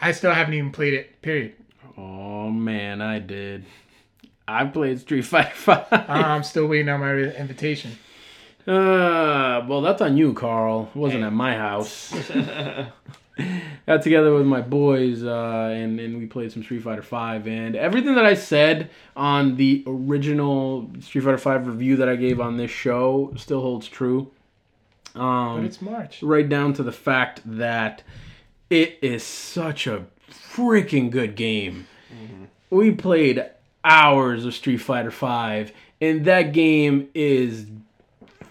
I still haven't even played it. Period. Oh man, I did. I played Street Fighter Five. *laughs* I'm still waiting on my re- invitation. Uh, well, that's on you, Carl. It wasn't at my house. Got together with my boys, uh, and and we played some Street Fighter Five. And everything that I said on the original Street Fighter Five review that I gave on this show still holds true. Um, But it's March. right down to the fact that it is such a freaking good game. We played hours of Street Fighter Five, and that game is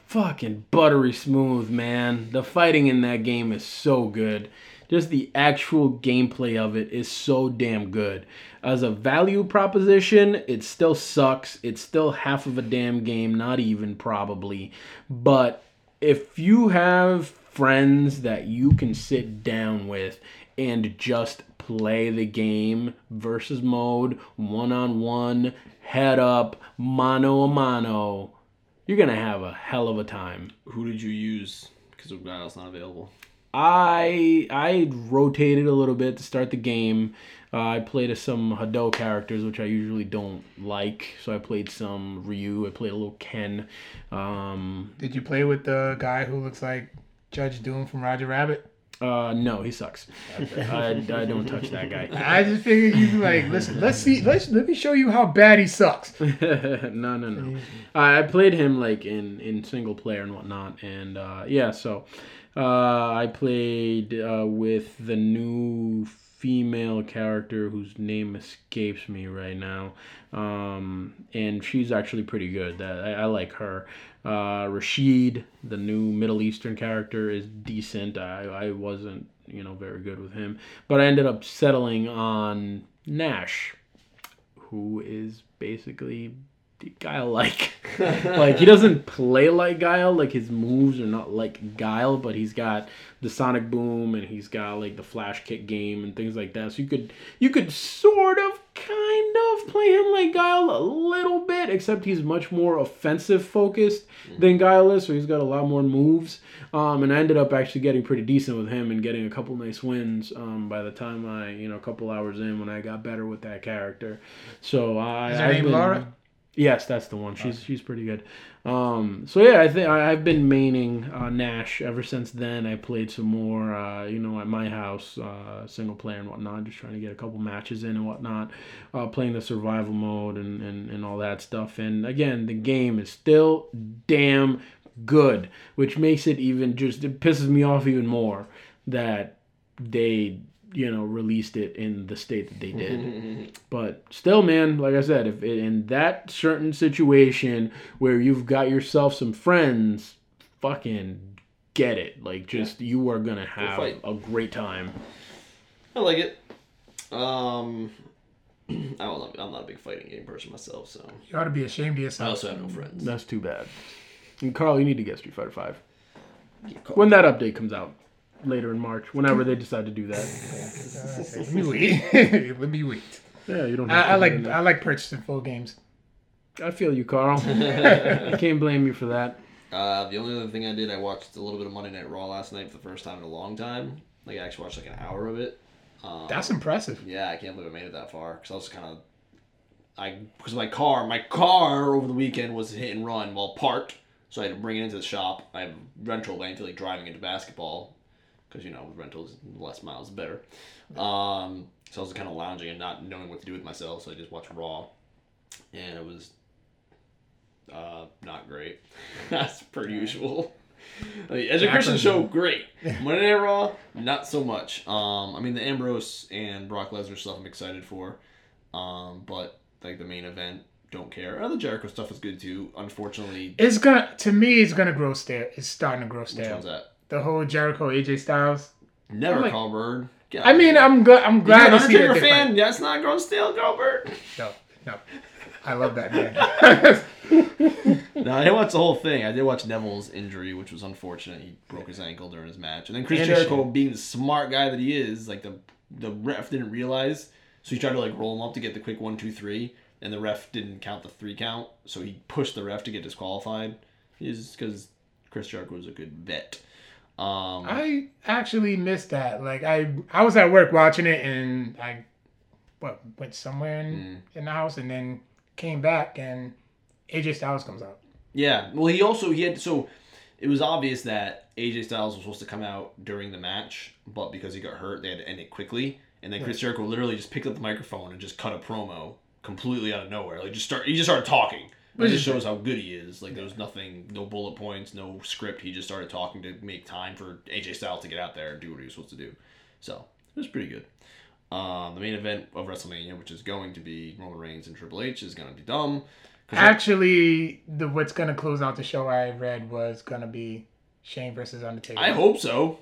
fucking buttery smooth, man. The fighting in that game is so good. Just the actual gameplay of it is so damn good. As a value proposition, it still sucks. It's still half of a damn game, not even probably. But if you have friends that you can sit down with and just play the game versus mode, one on one, head up, mano a mano, you're gonna have a hell of a time. Who did you use? Because Guile's not available. I I rotated a little bit to start the game. Uh, I played as some Hado characters, which I usually don't like. So I played some Ryu. I played a little Ken. Um, Did you play with the guy who looks like Judge Doom from Roger Rabbit? uh, no, he sucks. I, I don't touch that guy. I just figured you'd be like, listen, let's see, let's let me show you how bad he *laughs* sucks. no, no, no. I I played him like in in single player and whatnot, and uh, yeah. So uh, I played uh, with the new female character whose name escapes me right now, um, and she's actually pretty good. That I, I like her. Uh, Rashid, the new Middle Eastern character, is decent. I I wasn't you know very good with him, but I ended up settling on Nash who is basically Guile like. like he doesn't play like Guile, like his moves are not like Guile, but he's got the Sonic Boom and he's got like the Flash Kick game and things like that. So you could you could sort of kind of play him like Guile a little bit, except he's much more offensive focused than Guile is, so he's got a lot more moves. Um, and I ended up actually getting pretty decent with him and getting a couple nice wins. Um, by the time I, you know, a couple hours in when I got better with that character, so I. Is her I've name been- Laura? Yes, that's the one. She's she's pretty good. Um, so yeah, I think I- I've been maining uh, Nash ever since then. I played some more, uh, you know, at my house, uh, single player and whatnot, just trying to get a couple matches in and whatnot, uh, playing the survival mode and, and and all that stuff. And again, the game is still damn good, which makes it even just it pisses me off even more that they you know released it in the state that they did. But still, man, like I said, if in that certain situation where you've got yourself some friends, fucking get it. Like, just you are gonna have fight. a great time. I like it. Um, *clears throat* I don't love, I'm not a big fighting game person myself, so You ought to be ashamed of I yourself. also have no friends. That's too bad. And Carl, you need to get Street Fighter Five when that update comes out later in March, whenever they decide to do that. Oh, Let me wait. *laughs* Let me wait. Yeah, you don't. Have I, I to like do that. I like purchasing full games. I feel you, Carl. I can't blame you for that. Uh, the only other thing I did, I watched a little bit of Monday Night Raw last night for the first time in a long time. Like I actually watched like an hour of it. Um, That's impressive. yeah, I can't believe I made it that far because I was kind of, I because my car, my car over the weekend was hit and run while parked, so I had to bring it into the shop. I have rental, but I didn't feel like driving into basketball because you know with rentals, less miles better. Um, so I was kind of lounging and not knowing what to do with myself, so I just watched Raw, and it was uh, not great. *laughs* That's per usual. *laughs* Like, as a Christian show, *laughs* great. Monday Night Raw, not so much. Um, I mean, the Ambrose and Brock Lesnar stuff I'm excited for, um, but like the main event, don't care. Oh, the Jericho stuff is good too. Unfortunately, It's gonna to me. It's gonna grow stale. It's starting to grow which stale. one's that? The whole Jericho AJ Styles. Never I'm like- call Bird. I mean, I'm good. I'm You're glad an to see that Undertaker they fan. fight. That's not grown stale, Goldberg. No, no, I love that *laughs* man. No, I didn't watch the whole thing. I did watch Neville's injury, which was unfortunate. He broke his ankle during his match, and then Chris And his Jericho, being the smart guy that he is, like the the ref didn't realize, so he tried to like roll him up to get the quick one, two, three, and the ref didn't count the three count, so he pushed the ref to get disqualified. Is because Chris Jericho was a good vet. Um, I actually missed that. Like I, I was at work watching it, and I, what went somewhere in, Mm. in the house, and then came back, and AJ Styles comes out. Yeah. Well, he also he had so it was obvious that AJ Styles was supposed to come out during the match, but because he got hurt, they had to end it quickly. And then Chris Jericho literally just picked up the microphone and just cut a promo completely out of nowhere. Like just start he just started talking. It just shows how good he is. Like there was nothing, no bullet points, no script. He just started talking to make time for AJ Styles to get out there and do what he was supposed to do. So it was pretty good. Um, the main event of WrestleMania, which is going to be Roman Reigns and Triple H, is going to be dumb. 'Cause I- Actually, the what's gonna close out the show I read was gonna be Shane versus Undertaker. I hope so.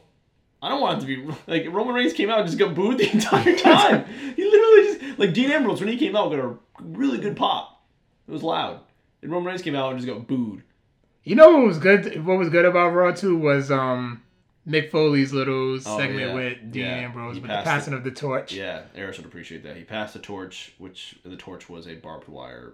I don't want it to be like Roman Reigns came out and just got booed the *laughs* entire time. he literally just like Dean Ambrose when he came out got a really good pop. It was loud. And Roman Reigns came out and just got booed. You know what was good? What was good about Raw too was um Mick Foley's little segment Oh, yeah. with Dean Yeah. Ambrose He with the passed passing of the torch. Yeah, Eris would appreciate that. He passed the torch, which the torch was a barbed wire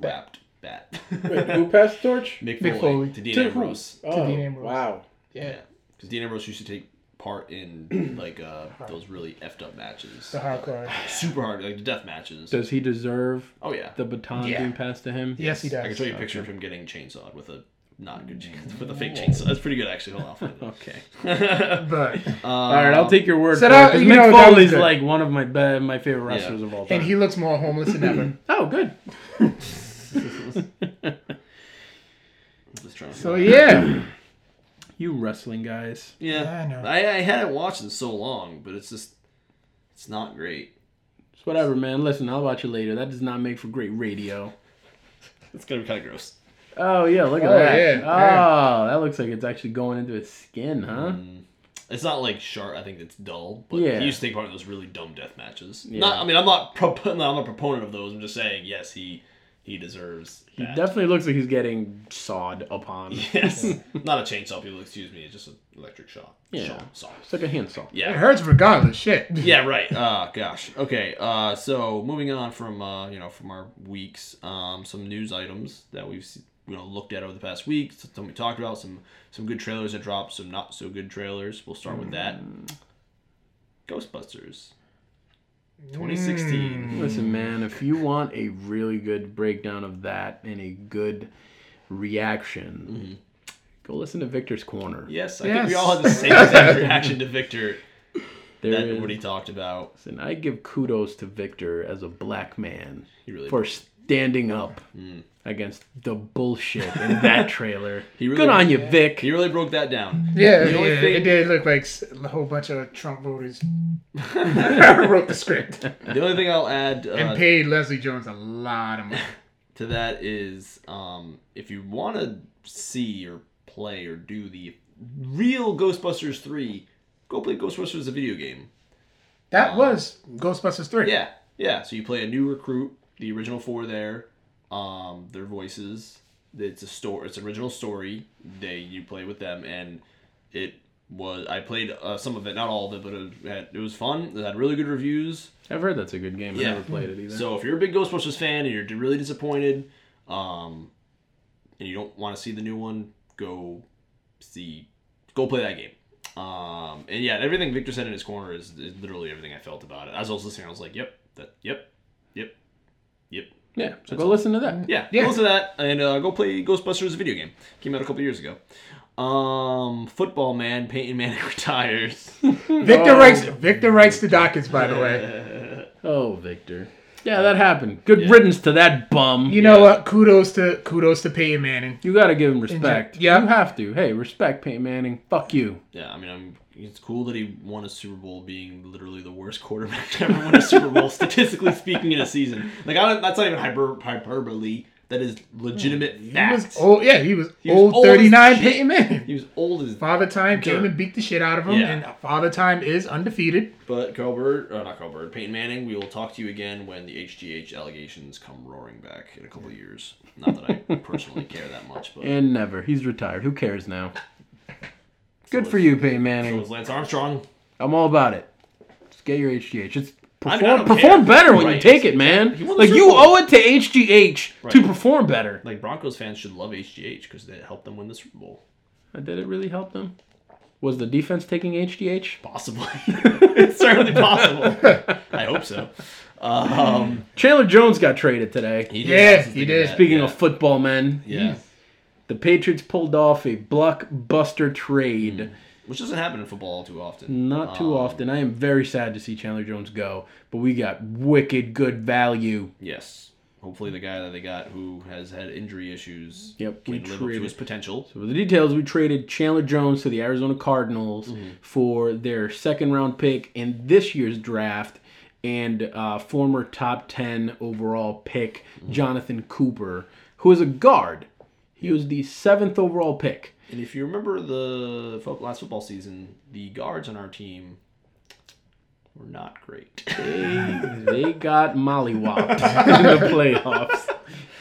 wrapped bat. Wait, who passed the *laughs* torch? *laughs* Mick, Mick Foley, Foley. to Dean To who? Ambrose. Oh, Dean Ambrose. wow. Yeah, because Dean Ambrose used to take part in like uh, those really effed up matches, *sighs* The hardcore. super hard like the death matches. Does he deserve Oh yeah, the baton Yeah. being passed to him? Yes, he I can does. show you a picture of him getting chainsawed with a not Mm. good chainsaw, with a fake chainsaw. That's pretty good actually. Hold on. *laughs* Okay. *laughs* But Um, All right, Um, I'll take your word so for it. that- 'cause you Mick know, that was Foley's good. like one of my be- my favorite wrestlers of all time. and he looks more homeless than ever. oh, good. *laughs* Just trying to- So yeah, You wrestling guys. *clears throat* yeah, I know. I, I hadn't watched in so long, but it's just it's not great. It's whatever, man. Listen, I'll watch you later. That does not make for great radio. It's gonna be kind of gross. Oh yeah, look at Oh, that. yeah, oh, that looks like it's actually going into its skin, huh? Mm, It's not like sharp. I think it's dull. But Yeah. he used to take part in those really dumb death matches. Not, I mean, I'm not prop- I'm not a proponent of those. I'm just saying, yes, he he deserves. He that. definitely looks like he's getting sawed upon. *laughs* It's *laughs* yes, not a chainsaw. People, excuse me. It's just an electric shock. Yeah. Shock, saw. like a handsaw. it Yeah. hurts regardless. Shit. *laughs* yeah right uh gosh okay uh so moving on from uh you know from our weeks um some news items that we've se- you know looked at over the past week some we talked about some some good trailers that dropped some not so good trailers we'll start with that ghostbusters 2016 Listen, man, if you want a really good breakdown of that and a good reaction, Mm-hmm. go listen to Victor's Corner. yes i think Yes. we all had the same exact reaction to victor There that is, what he talked about and I give kudos to Victor as a black man he really for standing up Mm. against the bullshit in *laughs* that trailer. really- Good on you, Vic. he really broke that down *laughs* Yeah, The only yeah, thing- it did look like s- a whole bunch of Trump *laughs* voters *laughs* wrote the script the only thing i'll add uh, and paid Leslie Jones a lot of money. to that is um, if you want to see or play or do the real Ghostbusters 3, go play Ghostbusters the video game. That was Ghostbusters three. Yeah, yeah. So you play a new recruit, the original four there, um, their voices. It's a story. It's an original story. They you play with them, and it was. I played uh, some of it, not all of it, but it, had, it was fun. It had really good reviews. I've heard that's a good game. Yeah. I've never played it either. So if you're a big Ghostbusters fan and you're really disappointed, um, and you don't want to see the new one, go see, go play that game. Um, and yeah, everything Victor said in his corner is, is literally everything I felt about it. As I was listening, I was like, yep, that, yep, yep, yep. Yeah, so go listen to that. Yeah, Yeah. yeah. listen to that and uh, go play Ghostbusters video game. Came out a couple years ago. Um, football man, Peyton Manning *laughs* retires. Victor writes. Victor writes the dockets, by *laughs* the way. Oh, Victor. Yeah, Uh, that happened. Good riddance to that bum. You know what? Kudos to kudos to Peyton Manning. You gotta give him respect. Yeah. You have to. Hey, respect Peyton Manning. Fuck you. yeah, I mean, I'm, it's cool that he won a Super Bowl being literally the worst quarterback to ever win a Super *laughs* Bowl, statistically speaking, in a season. Like, I don't, that's not even hyper, hyperbole. That is legitimate He fact. was old. Yeah, he was, was old. old as Thirty nine. shit. Peyton *laughs* Manning. He was old as Father Time came Dirt. and beat the shit out of him, Yeah. and Father Time is undefeated. But Colbert, uh, not Colbert, Peyton Manning, we will talk to you again when the HGH allegations come roaring back in a couple of years. Not that I personally care that much, *laughs* but And never. He's retired. Who cares now? Good for you, Peyton it Manning. was Lance Armstrong. I'm all about it. Just get your HGH. Just I perform, don't perform care. better when you Right. take it, man. He won the Like Super you Bowl. owe it to HGH to Right. perform better. Like Broncos fans should love HGH because it helped them win the Super Bowl. Did it really help them? Was the defense taking HGH? Possibly, *laughs* it's certainly possible. *laughs* I hope so. Um, Chandler Jones got traded today. he Yeah, I was he thinking did. that, Speaking yeah. of football men, yeah, the Patriots pulled off a blockbuster trade. Mm. which doesn't happen in football all too often. Not too often. I am very sad to see Chandler Jones go, but we got wicked good value. Yes. Hopefully, the guy that they got who has had injury issues Yep, can we live up to traded- his potential. So for the details, we traded Chandler Jones to the Arizona Cardinals for their second round pick in this year's draft and uh, former top 10 overall pick Jonathan Cooper, who is a guard. He was the seventh overall pick. And if you remember the fo- last football season, the guards on our team were not great. *laughs* they got mollywopped *laughs* in the playoffs.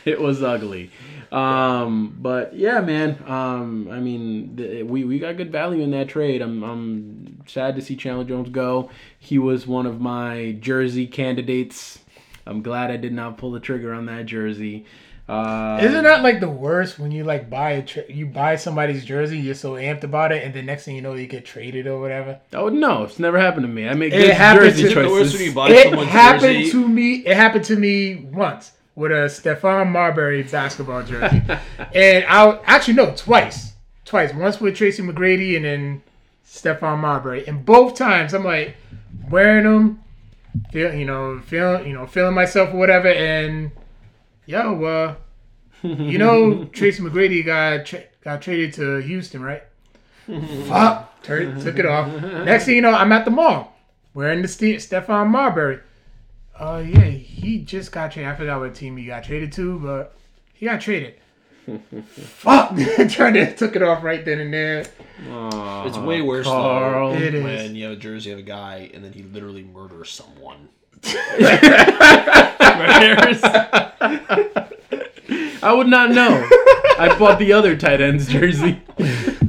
It was ugly. Um, but yeah, man. Um, I mean, th- we, we got good value in that trade. I'm, I'm sad to see Chandler Jones go. He was one of my jersey candidates. I'm glad I did not pull the trigger on that jersey. Uh, Isn't that like the worst when you like buy a tra- you buy somebody's jersey, you're so amped about it, and the next thing you know, you get traded or whatever. oh no, it's never happened to me. I make It good happened jersey to- the worst when you choices. buy It someone's happened jersey. to me. It happened to me once with a Stefan Marbury *laughs* basketball jersey, and I actually no twice, twice. Once with Tracy McGrady, and then Stefan Marbury, and both times I'm like wearing them, feel you know feeling you know feeling myself or whatever, and yo, uh, *laughs* you know Tracy McGrady got tra- got traded to Houston, right? Fuck, Tur- took it off. Next thing you know, I'm at the mall wearing the Ste- Stefan Marbury. Oh yeah, he just got traded. I forgot what team he got traded to, but he *laughs* got traded. Fuck, *laughs* turned it, took it off right then and there. Aw, It's way worse Carl. though, It is. when you have a jersey of a guy and then he literally murders someone. Murders. I would not know. I bought the other tight ends jersey.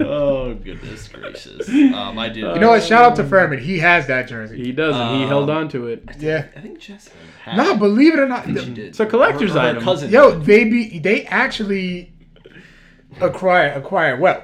oh goodness *laughs* gracious! Um, I did. You know what? Shout out to Furman. He has that jersey. He doesn't. he Um, held on to it. Yeah. I think Jess. No, believe it or not, the- It's a collector's item. Cousin. yo, they be they actually acquire acquire *laughs* well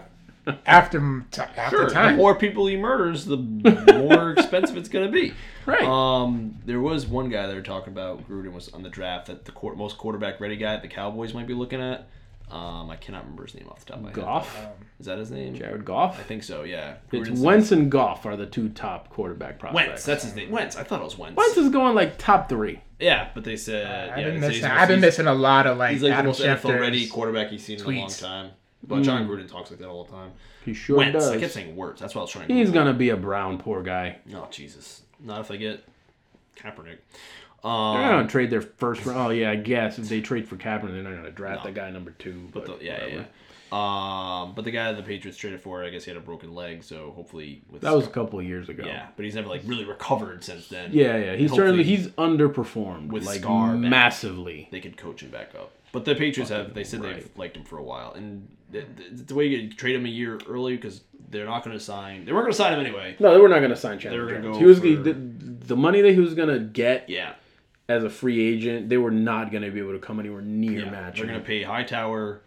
after t- after Sure, The time. more people he murders, the *laughs* more expensive it's going to be. Right. Um, there was one guy they were talking about. Gruden was on the draft that the court, most quarterback ready guy the Cowboys might be looking at. Um, I cannot remember his name off the top of my head. Goff. Is that his name? Jared I Goff. think so. Yeah. It's Gruden's- Wentz and Goff are the two top quarterback prospects. Wentz. That's his name. Wentz. I thought it was Wentz. Wentz is going like top three. Yeah, but they said. I've yeah, been they said missing. he's- I've been he's- missing a lot of like, He's like the Adam most NFL Schefter. ready quarterback he's seen in a long tweets. time. But John Gruden talks like that all the time. He sure Wentz. Mm. does. I kept saying words. That's what I was trying to. He's gonna be a brown poor guy. Oh Jesus! Not if I get Kaepernick. They're Um, not gonna trade their first round. Oh yeah, I guess if they trade for Kaepernick, they're not gonna draft that guy number two. But, the- yeah, whatever. yeah. Um, but the guy that the Patriots traded for, I guess he had a broken leg, so hopefully with that was a couple of years ago. yeah. But he's never like really recovered since then. yeah, yeah. He's certainly Hopefully- he's underperformed With like Scar back. massively. They could coach him back up. But the Patriots have they said they've right. liked him for a while, and the, the, the way you could trade him a year early because they're not going to sign. They weren't going to sign him anyway. No, they were not gonna sign Chandler They were gonna Jones. go He was for- the, the money that he was gonna get Yeah, as a free agent, they were not going to be able to come anywhere near Yeah, match. They're gonna pay Hightower,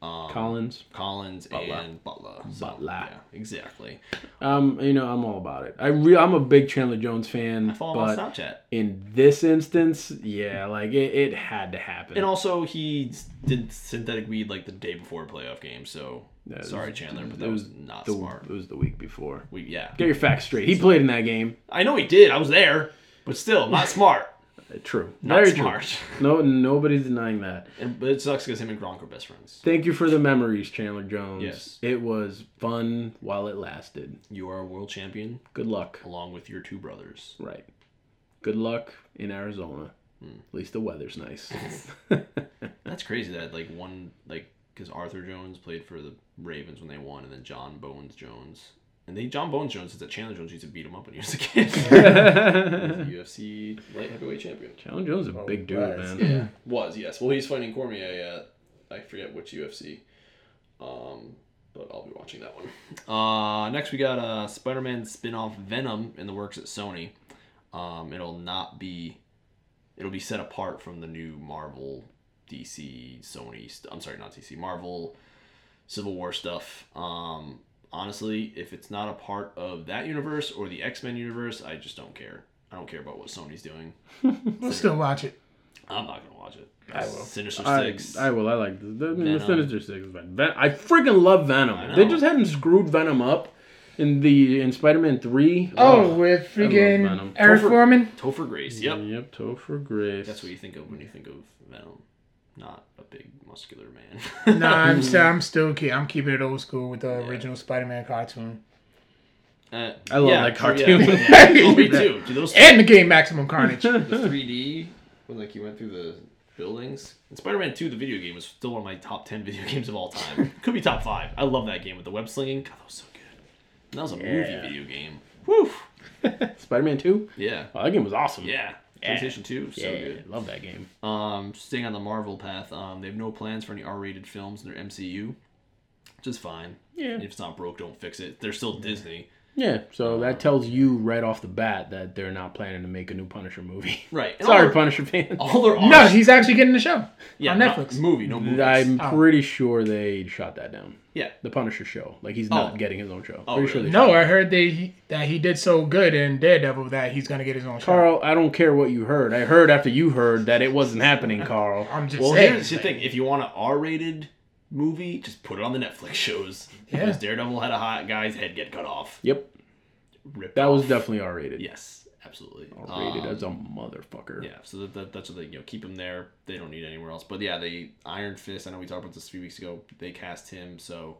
um, Collins. Collins, Butler. and Butler. So, Butler. Yeah, exactly. Um, you know, I'm all about it. I re- I'm a big Chandler Jones fan, I follow him but on Snapchat. in this instance, yeah, like it, it had to happen. And also, he s- did synthetic weed like the day before a playoff game. So Yeah, it sorry, was- Chandler, but it that was was not the, smart. It was the week before. We, yeah, Get your facts straight. He played in that game. I know he did. I was there, but still *laughs* not smart. Uh, True. Not Very smart. *laughs* true. No, nobody's denying that. And, but it sucks because him and Gronk are best friends. Thank you for the memories, Chandler Jones. Yes. It was fun while it lasted. You are a world champion Good luck. along with your two brothers. Right. Good luck in Arizona. At least the weather's nice. That's crazy that like one like because Arthur Jones played for the Ravens when they won, and then John Bones Jones, and they John Bones Jones is that Chandler Jones used to beat him up when he was a *laughs* kid. Chandler UFC light heavyweight champion Jones is a big dude, Right. man. Yeah. was yes. Well, he's fighting Cormier at I forget which UFC, um, but I'll be watching that one. Uh, next we got uh, Spider-Man spin-off Venom in the works at Sony. Um, it'll not be, it'll be set apart from the new Marvel, DC, Sony. St- I'm sorry, not DC, Marvel, Civil War stuff. Um, honestly, if it's not a part of that universe or the X Men universe, I just don't care. I don't care about what Sony's doing. We'll still watch it. I'm not gonna watch it. I will. Sinister I, Six. I will. I like the, the, I mean, the Venom. Sinister Six. Ven- Ven- I freaking love Venom. I They know. just hadn't screwed Venom up in the in Spider-Man Three. Oh, with freaking Venom. Eric Topher- Foreman. Topher Grace. Yep. Yep. Topher Grace. That's what you think of when you think of Venom. Not a big muscular man. Nah, I'm still, I'm still keep, I'm keeping it old school with the original Spider-Man cartoon *laughs* Uh, I love yeah, that sure, cartoon. Yeah. Oh, me too. Do *laughs* those and the game Maximum Carnage. the 3D when like you went through the buildings? And Spider-Man 2, the video game, is still one of my top 10 video *laughs* games of all *laughs* time. Could be top five. I love that game with the web slinging. God, that was so good. And that was a Yeah. movie video game. Woo. Spider-Man Two. Yeah. Oh, that game was awesome. Yeah. Yeah. PlayStation 2, so Yeah, good. Love that game. Um, staying on the Marvel path, um, they have no plans for any R-rated films in their MCU, which is fine. Yeah. If it's not broke, don't fix it. They're still Disney, Yeah. So that tells you right off the bat that they're not planning to make a new Punisher movie. *laughs* right? and Sorry, all their, Punisher fans. all their No, R- he's actually getting the show yeah, on not- Netflix. movie, no movies. I'm Oh. pretty sure they shot that down. Yeah. The Punisher show. Like he's not Oh. getting his own show. Oh, pretty sure they really? shot No, I heard they he, that he did so good in Daredevil that he's gonna get his own show. Carl, I don't care what you heard. I heard after you heard that it *laughs* wasn't happening, Carl. I'm just well, saying. here's the thing: if you want an R-rated movie, just put it on the Netflix shows. Yeah. Because Daredevil had a hot guy's head get cut off. Yep, Ripped that off. was definitely R rated. yes, absolutely R rated Um, as a motherfucker. Yeah, so that, that, that's what they you know keep him there. They don't need anywhere else. But yeah, they Iron Fist. I know we talked about this a few weeks ago. They cast him, so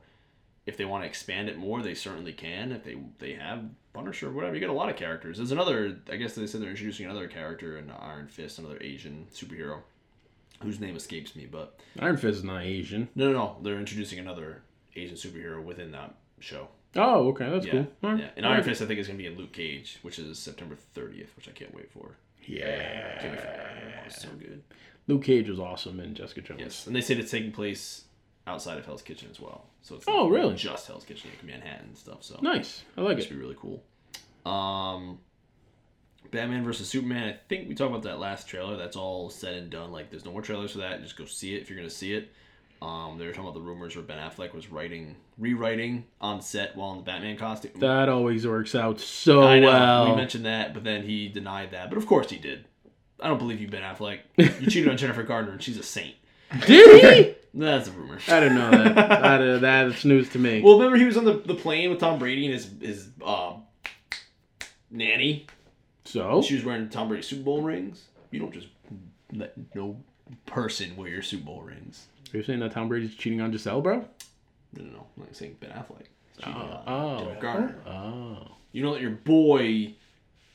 if they want to expand it more, they certainly can. If they they have Punisher, whatever, you get a lot of characters. There's another. I guess they said they're introducing another character in Iron Fist, another Asian superhero, whose name escapes me. But Iron Fist is not Asian. no, no, no, they're introducing another Asian superhero within that show. Oh, okay, that's Yeah, cool. All right. yeah. And Iron Fist, I think, is gonna be in Luke Cage, which is September 30th, which I can't wait for. Yeah. Can't wait for that. Oh, it's so good. Luke Cage was awesome in Jessica Jones. Yes, and they said it's taking place outside of Hell's Kitchen as well. So it's Oh, not really? Just Hell's Kitchen, like Manhattan and stuff. So Nice. I like that should it. be really cool. Um, Batman versus Superman. I think we talked about that last trailer. That's all said and done. Like, there's no more trailers for that. Just go see it if you're gonna see it. Um, they were talking about the rumors where Ben Affleck was writing, rewriting on set while in the Batman costume. That always works out so I know we Oh, well. mentioned that, but then he denied that. But of course he did. I don't believe you, Ben Affleck. You cheated on Jennifer Gardner, and she's a saint. *laughs* Did That's a rumor. he? I didn't *laughs* know that. that uh, that's news to me. Well, remember he was on the, the plane with Tom Brady and his his um, nanny. so She was wearing Tom Brady's Super Bowl rings. You don't just let no person wear your Super Bowl rings. you're saying that Tom Brady's cheating on Giselle, bro? No, no, no. I'm not saying Ben Affleck. It's cheating Oh, on oh, Jennifer Garner. oh. You don't let your boy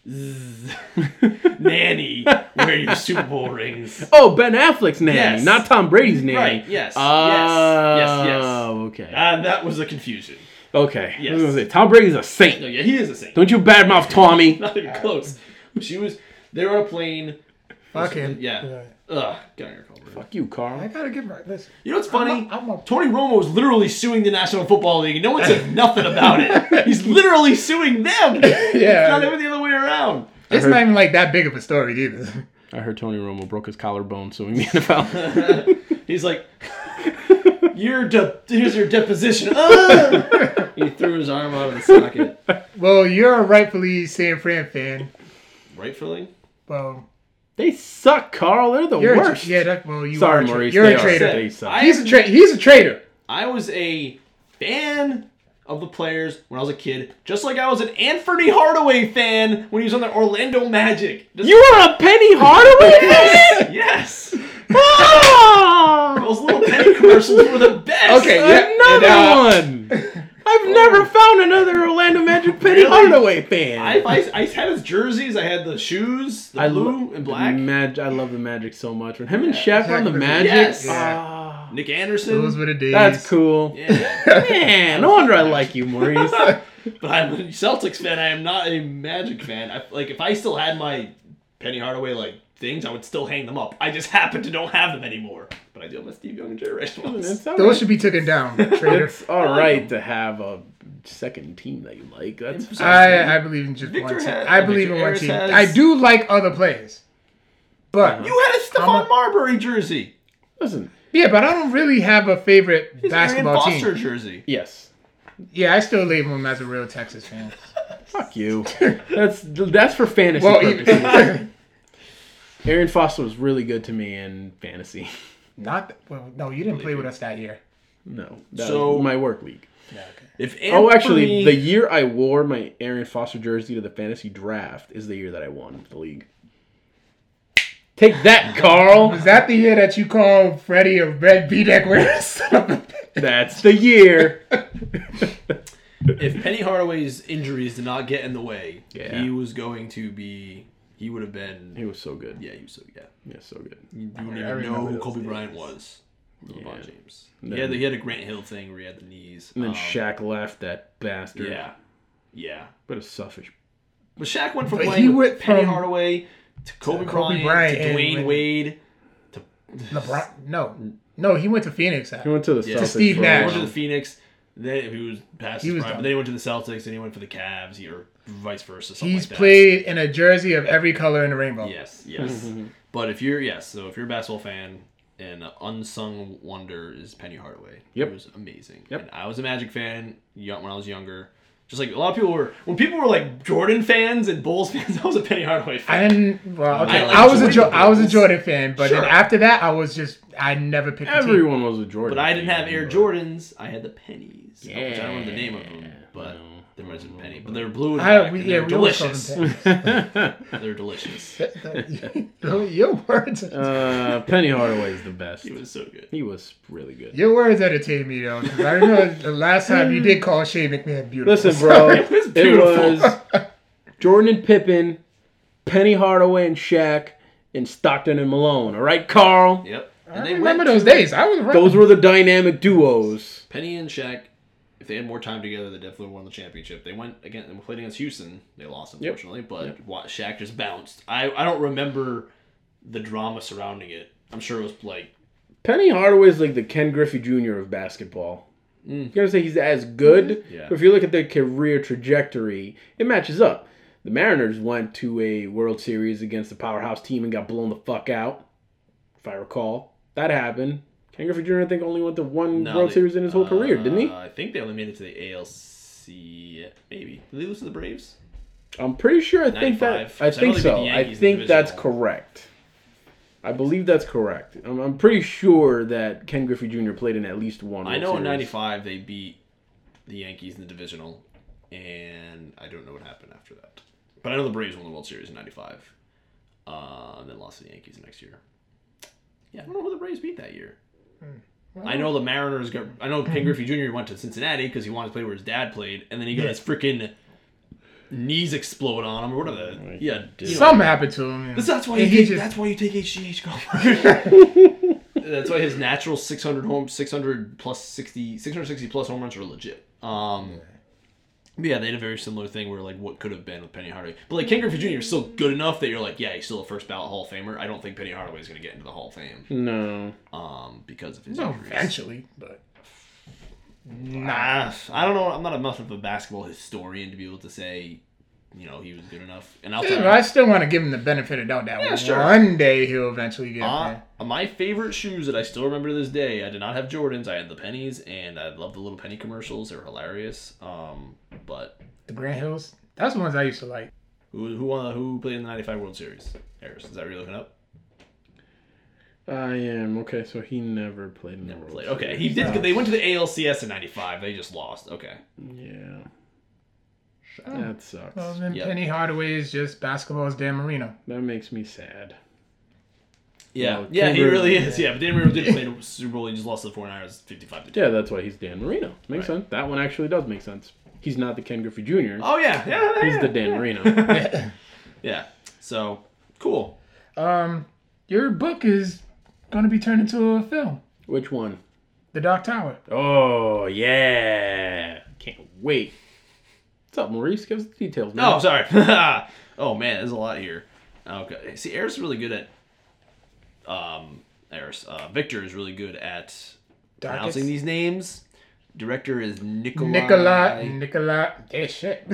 zzz, *laughs* *laughs* nanny wear your Super Bowl rings. Oh, Ben Affleck's nanny, Yes. not Tom Brady's nanny. Right? Yes. Oh, yes. Yes. Yes. okay. And that was a confusion. Okay. I Yes. was gonna say, Tom Brady's a No, saint. yeah, he is a saint. Don't you badmouth Tommy. Not even close. She was. They were on a plane. Fuck him. Yeah. Ugh. Get on your call, bro. Fuck you, I Carl. gotta give my listen. You know what's funny? I'm a- I'm a- Tony Romo is literally suing the National Football League, and no one *laughs* said nothing about it. He's literally suing them. It's Yeah. not even the other way around. It's not even like that big of a story either. *laughs* I heard Tony Romo broke his collarbone suing the NFL. He's *laughs* like, your de- here's your deposition. *laughs* Ah! he threw his arm out of the socket. Well, you're a rightfully San Fran fan. Rightfully, Well, they suck, Carl. They're the you're worst. A, yeah, that, well, you are Sorry, a tra- Maurice. You're they a are- traitor. They suck. I- He's a tra- he's a traitor. I was a fan of the players when I was a kid, just like I was an Anthony Hardaway fan when he was on the Orlando Magic. Just- you are a Penny Hardaway *laughs* fan? yes, Oh! those little penny commercials were the best. Okay, yeah. Another and, uh, one. I've never found another Orlando Magic Penny Really? Hardaway fan. I, I, I had his jerseys. I had the shoes, the blue lo- and black. the Mag- I love the Magic so much. When him and Shaq were on the exactly. Magic, Yes. ah, Nick Anderson. Those were the days. that's cool. yeah, *laughs* Man, no wonder I like *laughs* you, Maurice. but I'm a Celtics fan. I am not a Magic fan. I, like if I still had my Penny Hardaway like things, I would still hang them up. I just happen to don't have them anymore. But I do have my Steve Young and Jerry Rice ones. That's all Those right. should be *laughs* taken down. Traitor. *laughs* It's all right to have a second team that you like. That's I, I believe in just Victor one team. has- I believe Victor in one Ayres team. has- Uh-huh. I do like other players, but You had a Stephon Marbury jersey. uh, listen. yeah, but I don't really have a favorite His Arian basketball team. Foster *laughs* jersey. Yes, Yeah, I still label him as a real Texas fan. fuck you. That's that's for fantasy well, purposes. even, Aaron Foster was really good to me in fantasy. *laughs* not th- well. No, you didn't play with us that year. No, that So- was my work league. No, okay. If Oh, actually, Anthony- the year I wore my Aaron Foster jersey to the fantasy draft is the year that I won the league. *laughs* Take that, Carl. Was that the year that you called Freddie a red B *laughs* *laughs* deck wearer? Son of a bitch. That's the year. if Penny Hardaway's injuries did not get in the way, Yeah. he was going to be. He would have been. He was so good. Yeah, yeah, he was so yeah. yeah so good. You wouldn't I even know remember who those Kobe days. Bryant was. LeBron James. Then- He had, the, he had a Grant Hill thing where he had the knees. And then Um, Shaq left that bastard. Yeah, yeah. What a selfish. But Shaq went from But playing he with went Penny from- Hardaway to Kobe, Kobe Bryant, Bryant to and Dwayne when- Wade. LeBron? No, no, he went to Phenix. He After. went to the Yeah. Celtics. To Steve for a He Nash. went to while. the Phoenix. Then he was past He his was prime. done. But then he went to the Celtics. Then he went for the Cavs. He, or vice versa. Something He's like that. played in a jersey of every color in the rainbow. Yes, *laughs* yes. but if you're yes, so if you're a basketball fan, an unsung wonder is Penny Hardaway. Yep. it was amazing. Yep. and I was a Magic fan young, when I was younger. Just like a lot of people were when people were like Jordan fans and Bulls *laughs* fans, I was a Penny Hardaway fan. I didn't. Well, okay. I I, like was a jo- Jordan. I was a Jordan fan, but Sure. then after that, I was just I never picked a team. Everyone was a Jordan. but I didn't have Air but- Jordans. I had the pennies. Yeah. I don't remember the name of them, but there wasn't penny. But they were blue and I- black. we- and they yeah, were we always called delicious. them *laughs* They're delicious. *laughs* Your- your *laughs* words, uh, Penny *laughs* Hardaway is the best. It was so good. He was really good. your words entertain me though. 'cause I remember the last time you did call Shane McMahon beautiful. *laughs* Listen, bro. it was was beautiful. *laughs* Jordan and Pippen, Penny Hardaway and Shaq, and Stockton and Malone. All right, Carl. Yep. I And they went remember those days. I was right. Those were the dynamic duos. Penny and Shaq, if they had more time together, they definitely won the championship. They went again and played against Houston. They lost, unfortunately, but Wa- Shaq just bounced. I, I don't remember the drama surrounding it. I'm sure it was like Penny Hardaway is like the Ken Griffey Jr. of basketball. You're gonna say he's as good, Mm. Yeah. but if you look at their career trajectory, it matches up. The Mariners went to a World Series against the powerhouse team and got blown the fuck out, if I recall. That happened. Ken Griffey Jr. I think only went to one no, World they- Series in his whole career, didn't he? Uh, I think they only made it to the ALC, maybe. Did they lose to the Braves? I'm pretty sure. I think that. 95. I So I think don't think so. the I Yankees think that's divisional. correct. I believe that's correct. I'm, I'm pretty sure that Ken Griffey Jr. played in at least one. I World know in Series. '95 they beat the Yankees in the divisional, and I don't know what happened after that. But I know the Braves won the World Series in '95, uh, and then lost to the Yankees next year. Yeah, I don't know who the Braves beat that year. I know the Mariners got. I know Ken Griffey Jr. went to Cincinnati because he wanted to play where his dad played, and then he got Yeah. his freaking knees explode on him or whatever. Oh, the- Yeah, you know, Something happened to him. that's- that's why And you he take, just- that's why you take HGH *laughs* Goldberg. that's why his natural 600 home 600 plus 60 660 plus home runs are legit. Um but yeah, they had a very similar thing where like what could have been with Penny Hardaway, but like Ken Griffey Jr. is still good enough that you're like, yeah, he's still a first ballot Hall of Famer. I don't think Penny Hardaway is going to get into the Hall of Fame No. um, because of his No, injuries. eventually, but Nah, I don't know. I'm not enough of a basketball historian to be able to say you know, he was good enough. And I'll Yeah, tell but you, I still want to give him the benefit of doubt that Yeah, sure. one day he'll eventually get uh, there. my favorite shoes that I still remember to this day. I did not have Jordans. I had the pennies, and I loved the little penny commercials. They were hilarious. Um, but The Grand Hills. That's the ones I used to like. who who won? Who played in the '95 World Series? Harris, is that what you're looking up? I am okay. So he never played in the Never World played. Series. Okay, he did. They went to the ALCS in '95. They just lost. Okay. Yeah, Oh. that sucks. Well, then Yep. Penny Hardaway is just basketball's Dan Marino. that makes me sad. Yeah, Well, yeah, he Kimbrel- really is. Yeah, but Dan Marino did play in the Super Bowl. He just lost to the 49ers 55 to 2. Yeah, that's why he's Dan Marino. Makes sense. That one actually does make sense. He's not the Ken Griffey Jr. Oh yeah, yeah, *laughs* yeah, he's the Dan Marino. yeah. So cool. Um, your book is going to be turned into a film, Which one? The Dark Tower. Oh yeah! Can't wait. What's up, Maurice? Give us the details. man. No, I'm sorry. *laughs* oh man, there's a lot here. Okay, see, Eris is really good at. Um, Eris, uh, Victor is really good at Darkest. pronouncing these names. Director is Nikolai. Nikolai, Nikolai, yeah, shit.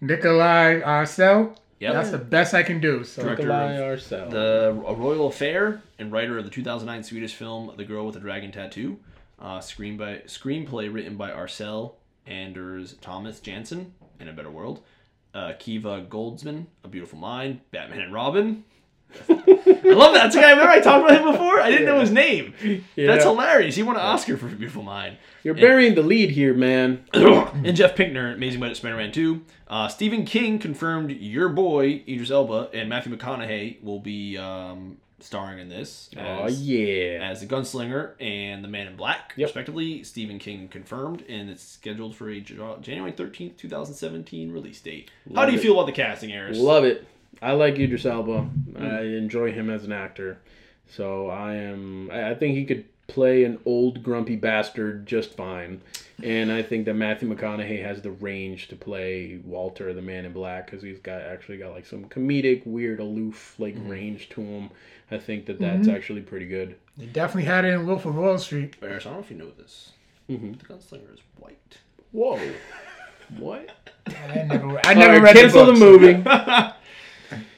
Nikolai Arcel. Yep. uh, That's the best I can do. So Correct. Nikolai Arcel. the a Royal Affair and writer of the 2009 Swedish film The Girl with the Dragon Tattoo, uh, screen by, screenplay written by Arcel Anders Thomas Jansen in A Better World, uh, Kiva Goldsman A Beautiful Mind, Batman and Robin. I love that. That's the guy. Remember I talked about him before? I didn't know his name. That's *laughs* Yeah. hilarious. He won an Oscar for A Beautiful Mind. You're burying the lead here, man. Mm. and Jeff Pinkner, Amazing Budget Spider-Man 2. Uh, Stephen King confirmed your boy Idris Elba and Matthew McConaughey will be um, starring in this Oh as, yeah. as the Gunslinger and the Man in Black, Yep. respectively. Stephen King confirmed, and it's scheduled for a Ja- January thirteenth, two thousand seventeen release date. How Love do you it. feel about the casting, Eris? Love it. I like Idris Elba. Hmm. I enjoy him as an actor. So I am. I I think he could play an old grumpy bastard just fine. And I think that Matthew McConaughey has the range to play Walter, the Man in Black, because he's got actually got like some comedic, weird, aloof like Hmm. range to him. I think that that's actually pretty good. they definitely had it in Wolf of Wall Street. Eris, I don't know if you know this. Mm-hmm. The Gunslinger is white. *laughs* *laughs* Whoa. What? I never, I never read cancel the, the, books. movie.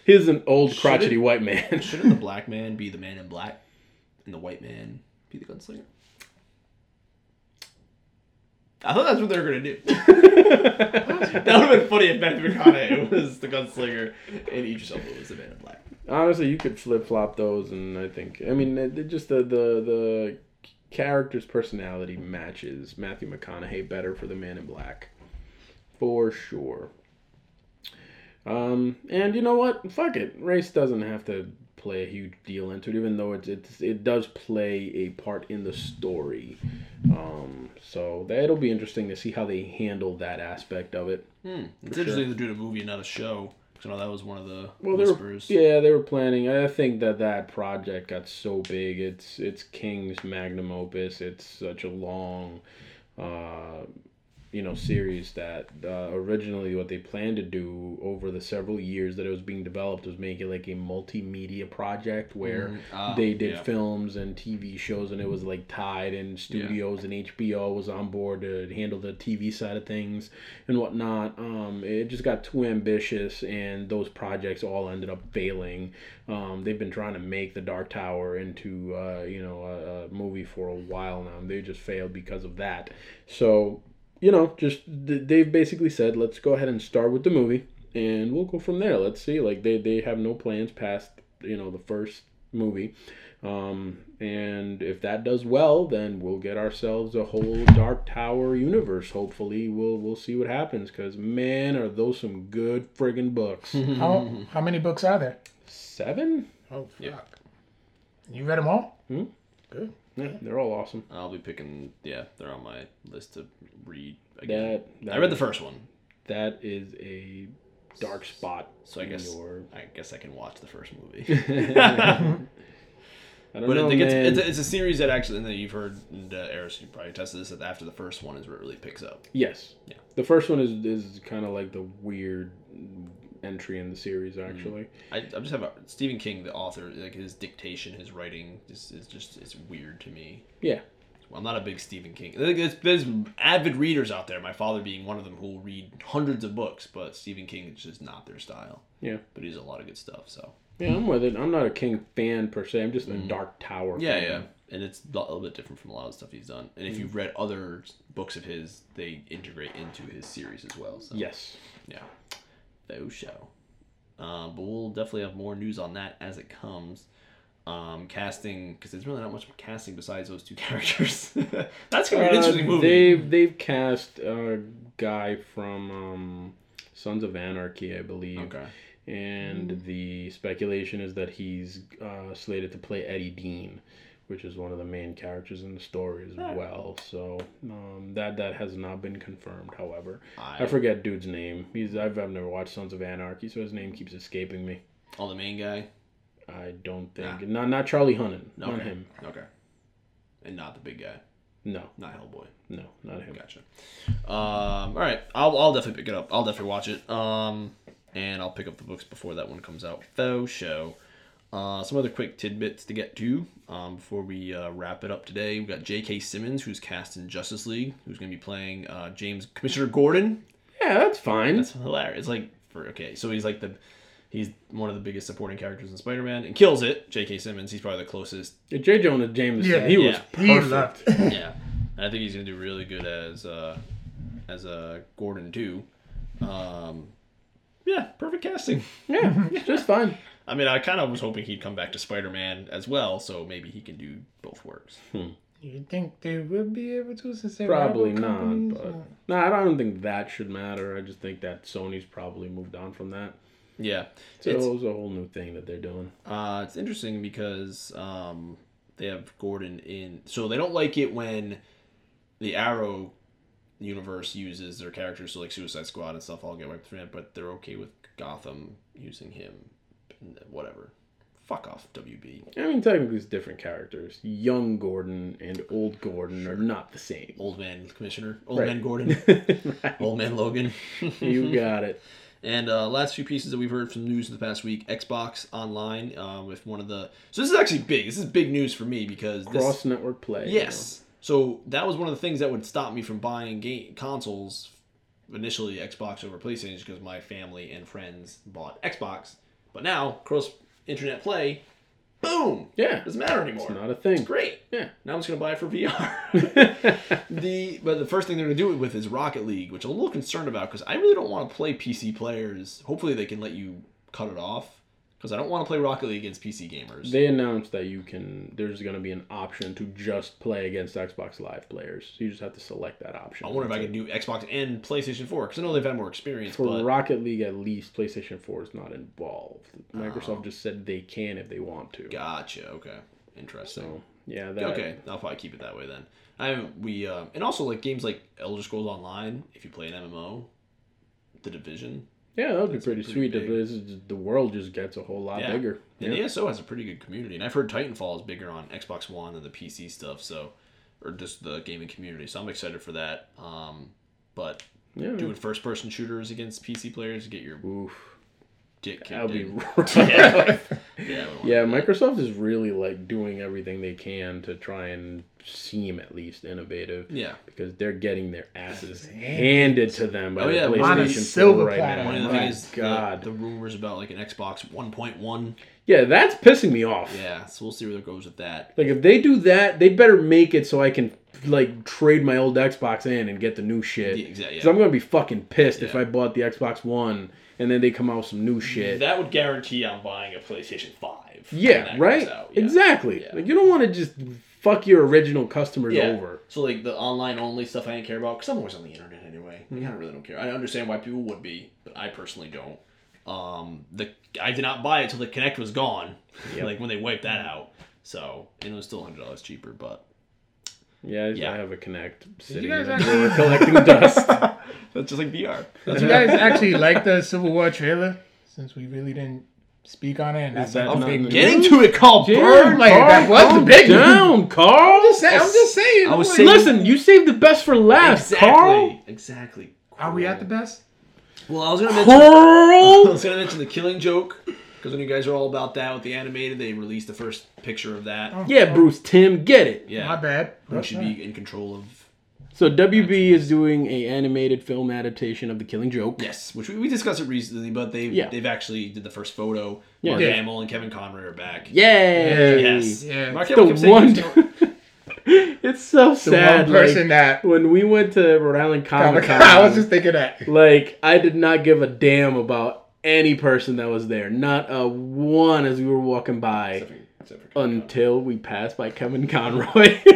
He's an old crotchety white *laughs* man. Shouldn't the black man be the Man in Black, and the white man be the Gunslinger? I thought that's what they were gonna do. *laughs* *laughs* That would have been funny if Matthew McConaughey *laughs* was the gunslinger and Idris Elba was the man in black. Honestly, you could flip flop those, and I think I mean it- it just the the the character's personality matches Matthew McConaughey better for the Man in Black, for sure. Um, and you know what? Fuck it. Race doesn't have to play a huge deal into it, even though it's, it's it does play a part in the story. Um, so that'll be interesting to see how they handle that aspect of it. Hmm. It's interesting they're doing a movie and not a show. Because I know that was one of the Well, they were, whispers. yeah, they were planning. I think that that project got so big. It's it's King's magnum opus. It's such a long, uh, you know, series that uh, originally what they planned to do over the several years that it was being developed was make it like a multimedia project where ah, they did yeah. films and TV shows and it was like tied and studios and HBO was on board to handle the TV side of things and whatnot. Um, it just got too ambitious and those projects all ended up failing. Um, they've been trying to make the Dark Tower into uh, you know a, a movie for a while now and they just failed because of that. So you know, just th- they've basically said, let's go ahead and start with the movie, and we'll go from there. Let's see. Like they they have no plans past you know the first movie, um, and if that does well, then we'll get ourselves a whole Dark Tower universe. Hopefully, we'll we'll see what happens. Cause man, are those some good *laughs* friggin' books? *laughs* How, how many books are there? Seven? Oh, fuck. You read them all? Yeah, they're all awesome. I'll be picking. Yeah, they're on my list to read again. That, that I read the first one, That is a dark spot. so I in guess your- I guess I can watch the first *laughs* *laughs* movie. I don't But know, I think it's, man. it's, a, it's a series that actually, and that you've heard, and uh, Eris, you probably tested this, that after the first one is where it really picks up. Yes. Yeah. The first one is is kind of like the weird entry in the series, Mm-hmm. actually. I, I just have a, Stephen King, the author, like his dictation, his writing, is, is just, it's weird to me. Yeah. It's I'm not a big Stephen King. Like, There's, there's avid readers out there, my father being one of them, who will read hundreds of books, but Stephen King is just not their style. Yeah. But he's a lot of good stuff, so. Yeah, I'm with it. I'm not a King fan per se. I'm just a Dark Tower. Mm-hmm. Yeah, fan. yeah. Um, Mm. And it's a little bit different from a lot of stuff he's done. And if you've read other books of his, they integrate into his series as well. So. Yes. Yeah. Faux show. Um, but we'll definitely have more news on that as it comes. Um, casting, because there's really not much casting besides those two *laughs* characters. That's going to be an interesting Uh, movie. They've they've cast a guy from um, Sons of Anarchy, I believe. Okay. And Hmm. the speculation is that he's uh, slated to play Eddie Dean, which is one of the main characters in the story as well. So um, that that has not been confirmed. However, I, I- forget dude's name. He's I've, I've never watched Sons of Anarchy, so his name keeps escaping me. Oh, the main guy? I don't think not not Charlie Hunnam. Not Okay. him. Okay. And not the big guy. No, Not Hellboy. no, not him. Gotcha. Um, all right, I'll, I'll definitely pick it up. I'll definitely watch it. Um, and I'll pick up the books before that one comes out. Faux show. Uh, some other quick tidbits to get to um, before we uh, wrap it up today. We've got J.K. Simmons, who's cast in Justice League, who's going to be playing uh, James Commissioner Gordon. Yeah, that's fine. That's hilarious. It's like for okay, so he's like the he's one of the biggest supporting characters in Spider-Man and kills it. J.K. Simmons, he's probably the closest Yeah, J. Jonah Jameson, Yeah, he was yeah. He perfect. left. yeah, and I think he's gonna do really good as uh, as uh, Gordon too. Um, yeah, perfect casting. *laughs* Yeah, it's just fine. I mean, I kind of was hoping he'd come back to Spider Man as well, so maybe he can do both works. You think they would be able to since they're Probably rival not, companies? but no, I don't think that should matter. I just think that Sony's probably moved on from that. Yeah, So it's it was a whole new thing that they're doing. uh, it's interesting because um, they have Gordon in, so they don't like it when the Arrow universe uses their characters, so like Suicide Squad and stuff, all get wiped from it, but they're okay with Gotham using him, whatever. Fuck off, WB. I mean, technically, it's different characters. Young Gordon and old Gordon are not the same. *laughs* Old man commissioner, old Right. man *laughs* Gordon, old man Logan. *laughs* Mm-hmm. you got it. And uh, last few pieces that we've heard from news in the past week: Xbox Online um, with one of the. So this is actually big. This is big news for me because this, Cross network play. you Yes. So that was one of the things that would stop me from buying game consoles initially Xbox over PlayStation because my family and friends bought Xbox. But now cross internet play, boom, know. Yeah, doesn't matter anymore. it's not a thing. Great. *laughs* Yeah. Now I'm just gonna buy it for VR. *laughs* the but the first thing they're gonna do it with is Rocket League, which I'm a little concerned about because I really don't want to play PC players. Hopefully they can let you cut it off because I don't want to play Rocket League against PC gamers. They announced that you can. There's going to be an option to just play against Xbox Live players. So you just have to select that option. I wonder if I can do Xbox and PlayStation 4 because I know they've had more experience. For but Rocket League, at least PlayStation 4 is not involved. Oh. Microsoft just said they can if they want to. gotcha. Okay. Interesting. So, yeah, that, okay, I'll probably keep it that way then. I we um, and also like games like Elder Scrolls Online. If you play an MMO, The Division. yeah, that would be pretty, pretty sweet. If big. this is, the world just gets a whole lot Yeah. bigger. And Yeah. the ASO has a pretty good community, and I've heard Titanfall is bigger on Xbox One than the PC stuff. So, or just the gaming community. So I'm excited for that. Um, but Yeah. doing first person shooters against PC players, get your Oof. dick That kicked. would be in. rough. *laughs* *laughs* Yeah. yeah, I wouldn't Yeah, Microsoft is really like doing everything they can to try and seem at least innovative. Yeah. Because they're getting their asses handed to them by Oh, the yeah, mine is PlayStation silver 4 right platinum. now. One of the Oh My things, the- God. the, rumors about like an Xbox 1.1. Yeah, that's pissing me off. Yeah, so we'll see where it goes with that. Like if they do that, they better make it so I can like trade my old Xbox in and get the new shit. Yeah, exactly, Because I'm gonna be fucking pissed if Yeah. Mm-hmm. I bought the Xbox One and then they come out with some new shit. That would guarantee I'm buying a PlayStation 5. when yeah, that right. comes out, yeah. Exactly. Yeah. Like you don't want to just fuck your original customers Yeah. over. So like the online only stuff I didn't care about because I'm always on the internet anyway. Like, I really don't care. I understand why people would be, but I personally don't. Um, the I did not buy it till the Connect was gone. like when they wiped that out. So and it was still hundred dollars cheaper, but Yeah, I, Yeah. I have a Connect sitting guys in a actually- drawer *laughs* collecting dust. that's just like VR. Did you guys actually *laughs* like the Civil War trailer? Since we really didn't speak on it, and that's that like the not big in the- news. Getting to it, Carl *laughs* Burn. Damn, like, Carl, that was the calm big- down, Carl. I'm just saying. I was like, saying- Listen, you saved the best for last, Exactly. Carl. Exactly. Are we at the best? Well, *laughs* I was gonna mention. Carl. *laughs* I was gonna mention the Killing Joke, Because when you guys are all about that with the animated, they released the first picture of that. Yeah, Bruce Tim, get it. Yeah, Oh, My bad. Who should be in control of? So WB is doing a animated film adaptation of The Killing Joke. Yes, which we, we discussed it recently, but they Yeah. they've actually did the first photo. Yeah. Mark Yeah. Hamill and Kevin Conroy are back. Yay! Yes. Yeah. Mark The Hamill kept saying one- he was gonna- *laughs* It's so The sad. one person like, that. when we went to Rhode Island Comic Con, *laughs* I was just thinking that. like I did not give a damn about any person that was there. Not a one as we were walking by. Except for- except for Kevin Conroy. until we passed by Kevin Conroy. *laughs*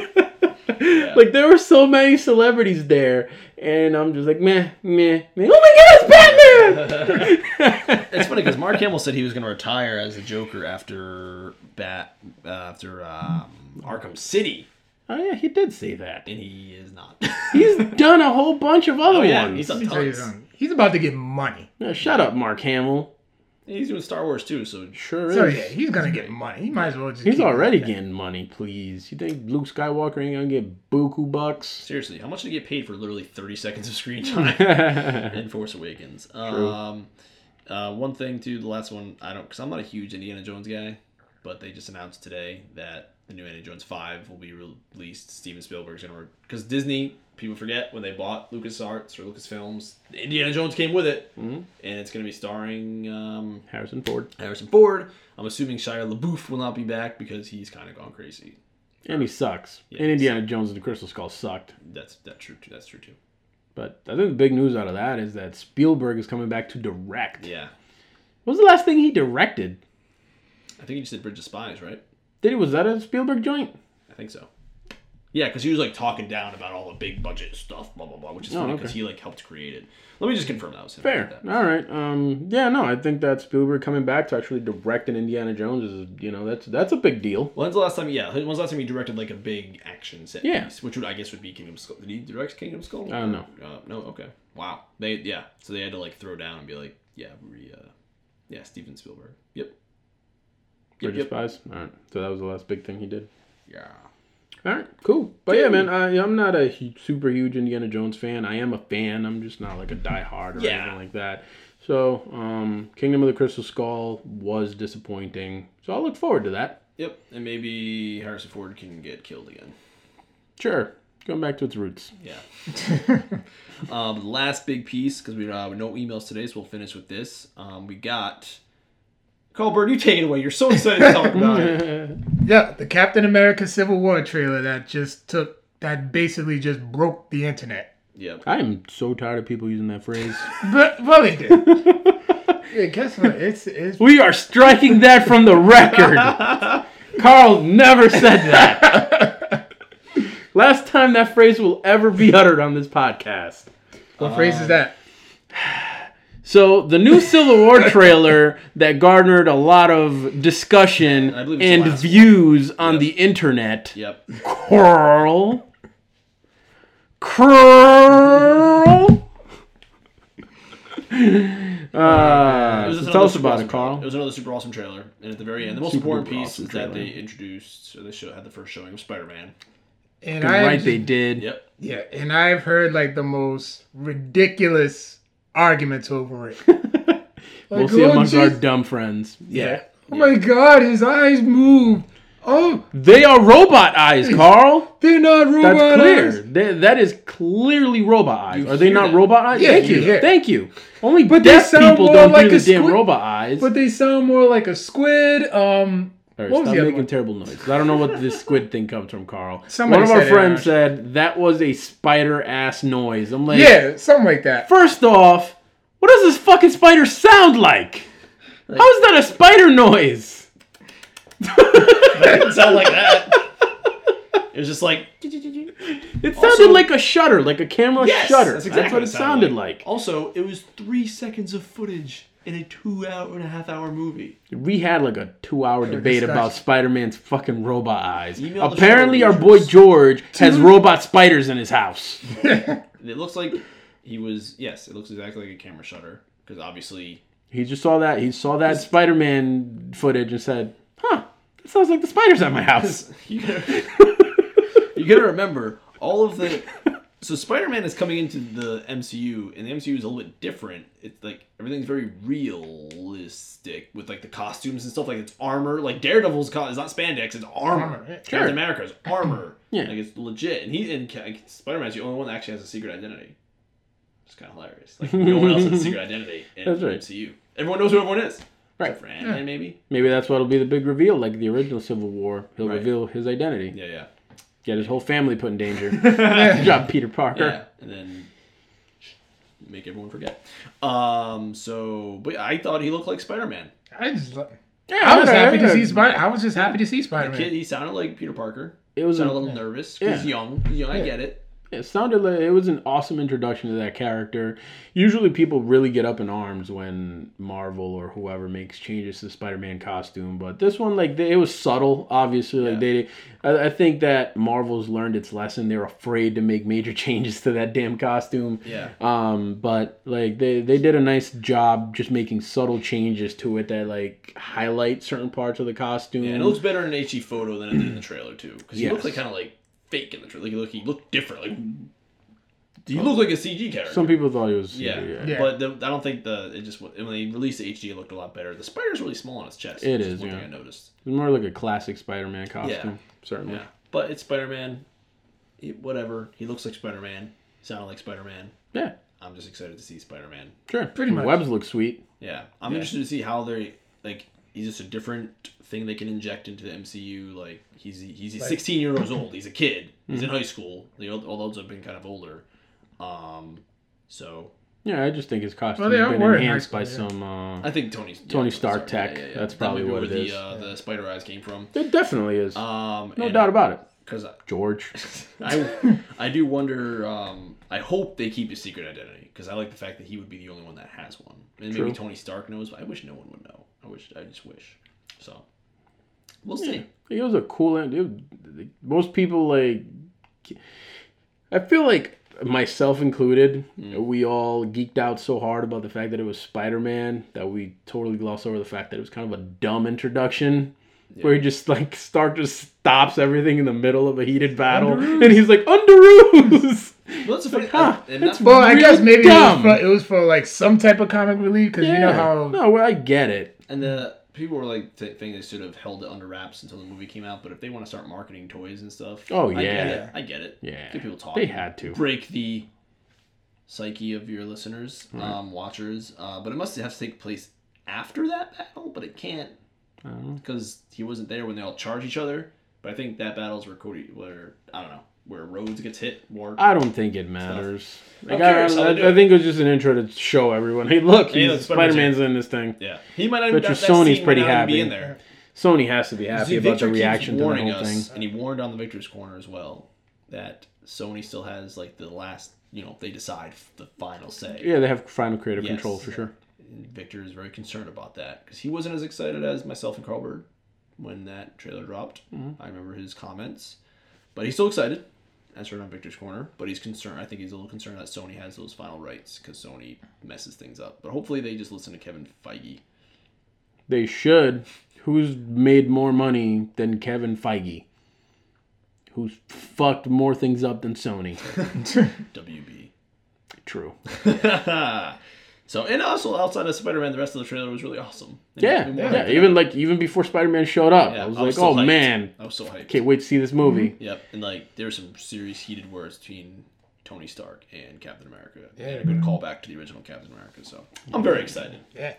Like there were so many celebrities there, and I'm just like meh, meh, meh. Oh my god, it's *laughs* Batman! *laughs* It's funny because Mark Hamill said he was going to retire as a Joker after Bat uh, after um, Arkham City, oh yeah, he did say that. and he is not. *laughs* He's done a whole bunch of other Oh, yeah, ones. he's done Let me tell you tons. something. He's about to get money. Now, shut up, Mark Hamill. He's doing Star Wars too, so Sure is. So yeah, he's gonna get money. He might as well just. He's keep it already like that. getting money. Please, you think Luke Skywalker ain't gonna get buku *laughs* bucks? seriously, how much do you get paid for literally thirty seconds of screen time yeah, in Force Awakens? Um, uh, one thing too, the last one I don't because I'm not a huge Indiana Jones guy, but they just announced today that the new Indiana Jones Five will be released. Steven Spielberg's gonna because Disney people forget when they bought LucasArts or Lucasfilms, Indiana Jones came with it, Mhm. and it's gonna be starring um, Harrison Ford, Harrison Ford. I'm assuming Shia LaBeouf will not be back because he's kind of gone crazy. and he sucks. Yeah, and he Indiana Jones and the Crystal Skull sucked. That's that's true too. That's true too. But I think the big news out of that is that Spielberg is coming back to direct. Yeah, What was the last thing he directed? I think he just did Bridge of Spies, right? Did it was that a Spielberg joint? I think so. Yeah, because he was like talking down about all the big budget stuff, blah blah blah, which is Oh, funny because okay. he like helped create it. Let me just confirm that was him. I Fair. did that. All right. Um. Yeah. No. I think that Spielberg coming back to actually direct an Indiana Jones is you know that's that's a big deal. When's the last time? Yeah, when's the last time he directed like a big action set Yeah. piece? Which would I guess would be Kingdom Skull. Did he direct Kingdom Skull? I don't know. Uh, no. Okay. Wow. They yeah. So they had to like throw down and be like, yeah, we uh, yeah, Steven Spielberg. Yep. Yep. Bridge of yep. Spies. All right. So that was the last big thing he did. Yeah. All right. Cool. But yeah, man. I, I'm not a hu super huge Indiana Jones fan. I am a fan. I'm just not like a diehard or Yeah. anything like that. So, um, Kingdom of the Crystal Skull was disappointing. So I'll look forward to that. Yep. And maybe Harrison Ford can get killed again. Sure. Going back to its roots. Yeah. *laughs* um, the last big piece because we uh, no emails today, so we'll finish with this. Um, we got. Colbert, you take it away. You're so excited to talk about *laughs* it. Yeah, the Captain America Civil War trailer that just took that basically just broke the internet. Yep. I am so tired of people using that phrase. But well, it did. yeah, guess what? It's it's *laughs* we are striking that from the record. *laughs* Carl never said that. *laughs* Last time that phrase will ever be uttered on this podcast. what phrase is that? So the *laughs* new Civil War trailer that garnered a lot of discussion I believe it's the and last one. views on the internet. Yep. Carl. *laughs* Carl. Uh, another tell us super about awesome it, It Carl. was another super awesome trailer, and at the very end, the most Super important duper piece awesome is that trailer. they introduced, or they show, had the first showing of Spider-Man. And I Right, just- they did. Yep. yeah, and I've heard like the most ridiculous arguments *laughs* over it. We'll Like, see oh, amongst our jeez. dumb friends. yeah. Oh my God, his eyes moved. Oh, They are *laughs* robot eyes, Carl. they're not robot That's clear. eyes. They- that is clearly robot eyes. You are they hear not that? robot eyes? Yeah, Thank you you. hear it. Thank you. Only but they deaf sound people more don't like do a the damn squid- robot eyes. But they sound more like a squid. Um, All right, What was stop the other making one? terrible noises. I don't know what this squid thing comes from, *laughs* Carl. Somebody one of our said it, friends Arash. said that was a spider ass noise. I'm like, yeah, something like that. First off, what does this fucking spider sound like? How is that a spider noise? *laughs* It didn't sound like that. It was just like. It sounded like a shutter, like a camera Yes, shutter. that's That's, exactly what what it it sounded sounded like. Also, it was three seconds of footage in a two-hour and a half-hour movie. We had like a two-hour debate discussion. about Spider-Man's fucking robot eyes. Email the Apparently, show our boy users. George has robot spiders in his house. And it looks like he was. Yes, it looks exactly like a camera shutter because obviously *laughs* He just saw that. He saw that Spider-Man footage and said, "Huh, that sounds *laughs* like the spiders at my house." you gotta, you gotta remember all of the so Spider-Man is coming into the MCU, and the MCU is a little bit different. It's like everything's very realistic with like the costumes and stuff. Like it's armor. Like Daredevil's co- it's not spandex, it's armor. Armor, yeah. Captain *clears throat* America's armor. Yeah. like it's legit. And he and ca- Spider-Man's the only one that actually has a secret identity. It's kind of hilarious. Like no one else has a *laughs* secret identity in That's the right. MCU. Everyone knows who everyone is. Right. Except for Ant-Man, eh, maybe. Maybe that's what'll be the big reveal, like the original Civil War. He'll Right. reveal his identity, Yeah, *laughs* yeah. get his whole family put in danger, Yeah. drop Peter Parker. Yeah, and then make everyone forget. Um, so, but I thought he looked like Spider Man. I just. lo- Yeah, I was okay, happy to yeah. see Spider. I was just happy to see The Spider kid, Man. he sounded like Peter Parker. It was Sounded a an, little nervous. 'cause He's Yeah. young. He's young. I get it. it sounded like it was an awesome introduction to that character. Usually, people really get up in arms when Marvel or whoever makes changes to the Spider-Man costume, but this one, like, they, it was subtle. Obviously, like they, I, I think that Marvel's learned its lesson. They're afraid to make major *laughs* changes to that damn costume. Yeah. Um, but like they they did a nice job just making subtle changes to it that like highlight certain parts of the costume. And it looks better in an HE photo than it did in the trailer too, because he Yes. looked like kind of like fake in the trailer. Like, he looked, he looked different. Like he looked like a CG character. Some people thought it was yeah. yeah. Yeah. but the, I don't think the it just when they released the HD, it looked a lot better. The spider's really small on his chest. It which is, One yeah. thing I noticed. It's more like a classic Spider-Man costume, certainly. Yeah, but it's Spider Man. Whatever. He looks like Spider Man. Sounded like Spider Man. Yeah, I'm just excited to see Spider Man. sure. Pretty The much. Webs look sweet. Yeah, I'm interested to see how they like. He's just a different thing they can inject into the MCU. Like he's he's 16 years old. He's a kid. He's Mm-hmm. in high school. The old, all those have been kind of older. Um, so Yeah, I just think his costume Well, they has are been wearing enhanced by high school, some. Uh, I think Tony's Tony yeah, Stark tech. That's That probably might be what where it the, is. Uh, The spider eyes came from. it definitely is. Um, Uh, no doubt about it. Because I, George. I I do wonder. Um, I hope they keep his secret identity because I like the fact that he would be the only one that has one, and True. maybe Tony Stark knows. But I wish no one would know. I wish. I just wish. So we'll see. It was a cool end. It, most people like. I feel like myself included, we all geeked out so hard about the fact that it was Spider Man that we totally glossed over the fact that it was kind of a dumb introduction. Where he just like Stark just stops everything in the middle of a heated battle, and he's like under ruse. *laughs* Well, that's a funny. Huh, and that's Ah, that's Well, I Real guess maybe it was, dumb. for, it was for like some type of comic relief because you know how no, well, I get it. and the people were like th- thinking they should have held it under wraps until the movie came out. But if they want to start marketing toys and stuff, Oh, I get yeah. it. I get it. Yeah, Get people talking. They had to. break the psyche of your listeners, um, watchers. Uh, but it must have to take place after that battle, but it can't I don't know. because he wasn't there when they all charge each other. But I think that battle's where Cody, where I don't know, where Rhodes gets hit more. I don't think it matters. Like, I, curious how I, they do I it. think it was just an intro to show everyone, hey, look, Hey, look, Spider Spider-Man's Man's in this thing. yeah, he might not even. Bet your that- that Sony's scene might pretty not even Be happy. in there. Sony has to be happy See, about Victor the keeps reaction to the warning whole us, thing. and he warned on the Victor's corner as well that Sony still has like the last, you know, they decide the final say. Yeah, they have final creative Yes. control for sure. And Victor is very concerned about that because he wasn't as excited as myself and Carl Bird when that trailer dropped. Mm-hmm. I remember his comments, but he's still excited. As heard on Victor's corner, but he's concerned. I think he's a little concerned that Sony has those final rights because Sony messes things up. But hopefully, they just listen to Kevin Feige. They should. Who's made more money than Kevin Feige? Who's fucked more things up than Sony? WB. *laughs* True. so, and also outside of Spider Man, the rest of the trailer was really awesome. And Yeah, we yeah. wanted to- Even like even before Spider Man showed up, yeah, I was like, so oh hyped. man, I was so hyped. can't wait to see this movie. Yep, and like there were some serious heated words between Tony Stark and Captain America. Yeah. and a good callback to the original Captain America. So I'm very excited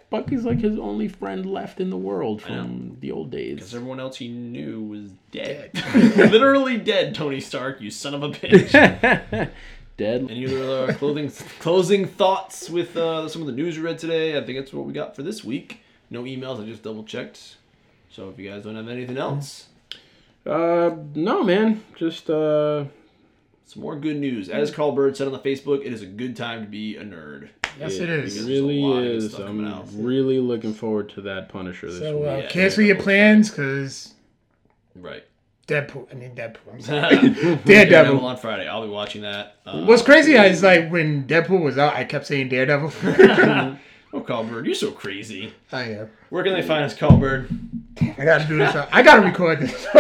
Bucky's like his only friend left in the world from the old because days. everyone else he knew was dead, *laughs* literally dead. Tony Stark, you son of a bitch. Dead. Any other uh, clothing closing thoughts with uh, some of the news we read today? I think that's what we got for this week. No emails. I just double checked. So if you guys don't have anything else, Uh, no, man. Just uh, some more good news. As Carl Bird said on the Facebook, it is a good time to be a nerd. yes it it is. really There's a lot of good is. stuff coming I'm out. really looking forward to that Punisher this So week. uh, Yeah, cancel yeah. your plans because Right. *laughs* Deadpool. I mean Deadpool. I'm sorry. Daredevil Daredevil. on Friday. I'll be watching that. Uh, What's crazy is like when Deadpool was out, I kept saying Daredevil. *laughs* Oh, Callbird, you're so crazy. I am. Where can they find us, Callbird? I gotta do this. I gotta record this. *laughs*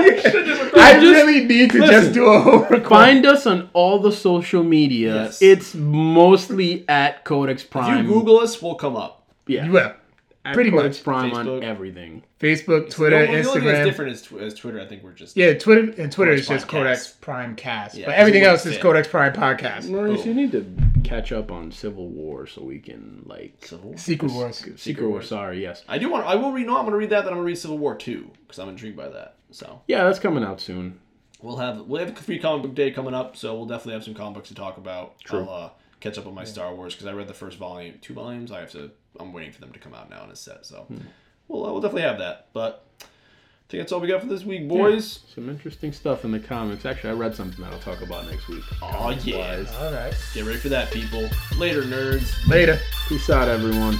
I really need to Listen. just do a whole record. Find us on all the social media. Yes. It's mostly at Codex Prime. If you Google us, we'll come up. yeah, Well, at pretty Codex much. Prime on Facebook. everything. Facebook, Twitter, the only- the only thing that's Instagram. different is, tw- is Twitter. I think we're just Yeah, Twitter and Twitter is just Podcast. Codex Prime Cast, Yeah, but everything it's else is it. Codex Prime Podcast. Oh. Maurice, you need to catch up on Civil War so we can like Civil War. Secret Wars. Secret War. Sorry, yes. I do want. I will read. No, I'm going to read that. Then I'm going to read Civil War two because I'm intrigued by that. So Yeah, that's coming out soon. we'll have we'll have a free comic book day coming up. So we'll definitely have some comic books to talk about. True. I'll uh, catch up on my Star Wars because I read the first volume, two volumes. I have to. I'm waiting for them to come out now in a set. So we'll uh, we'll definitely have that. But I think that's all we got for this week, boys. Some interesting stuff in the comics. Actually, I read something that I'll talk about next week. Oh yeah. All right. Get ready for that, people. Later, nerds. Later. Peace out, everyone.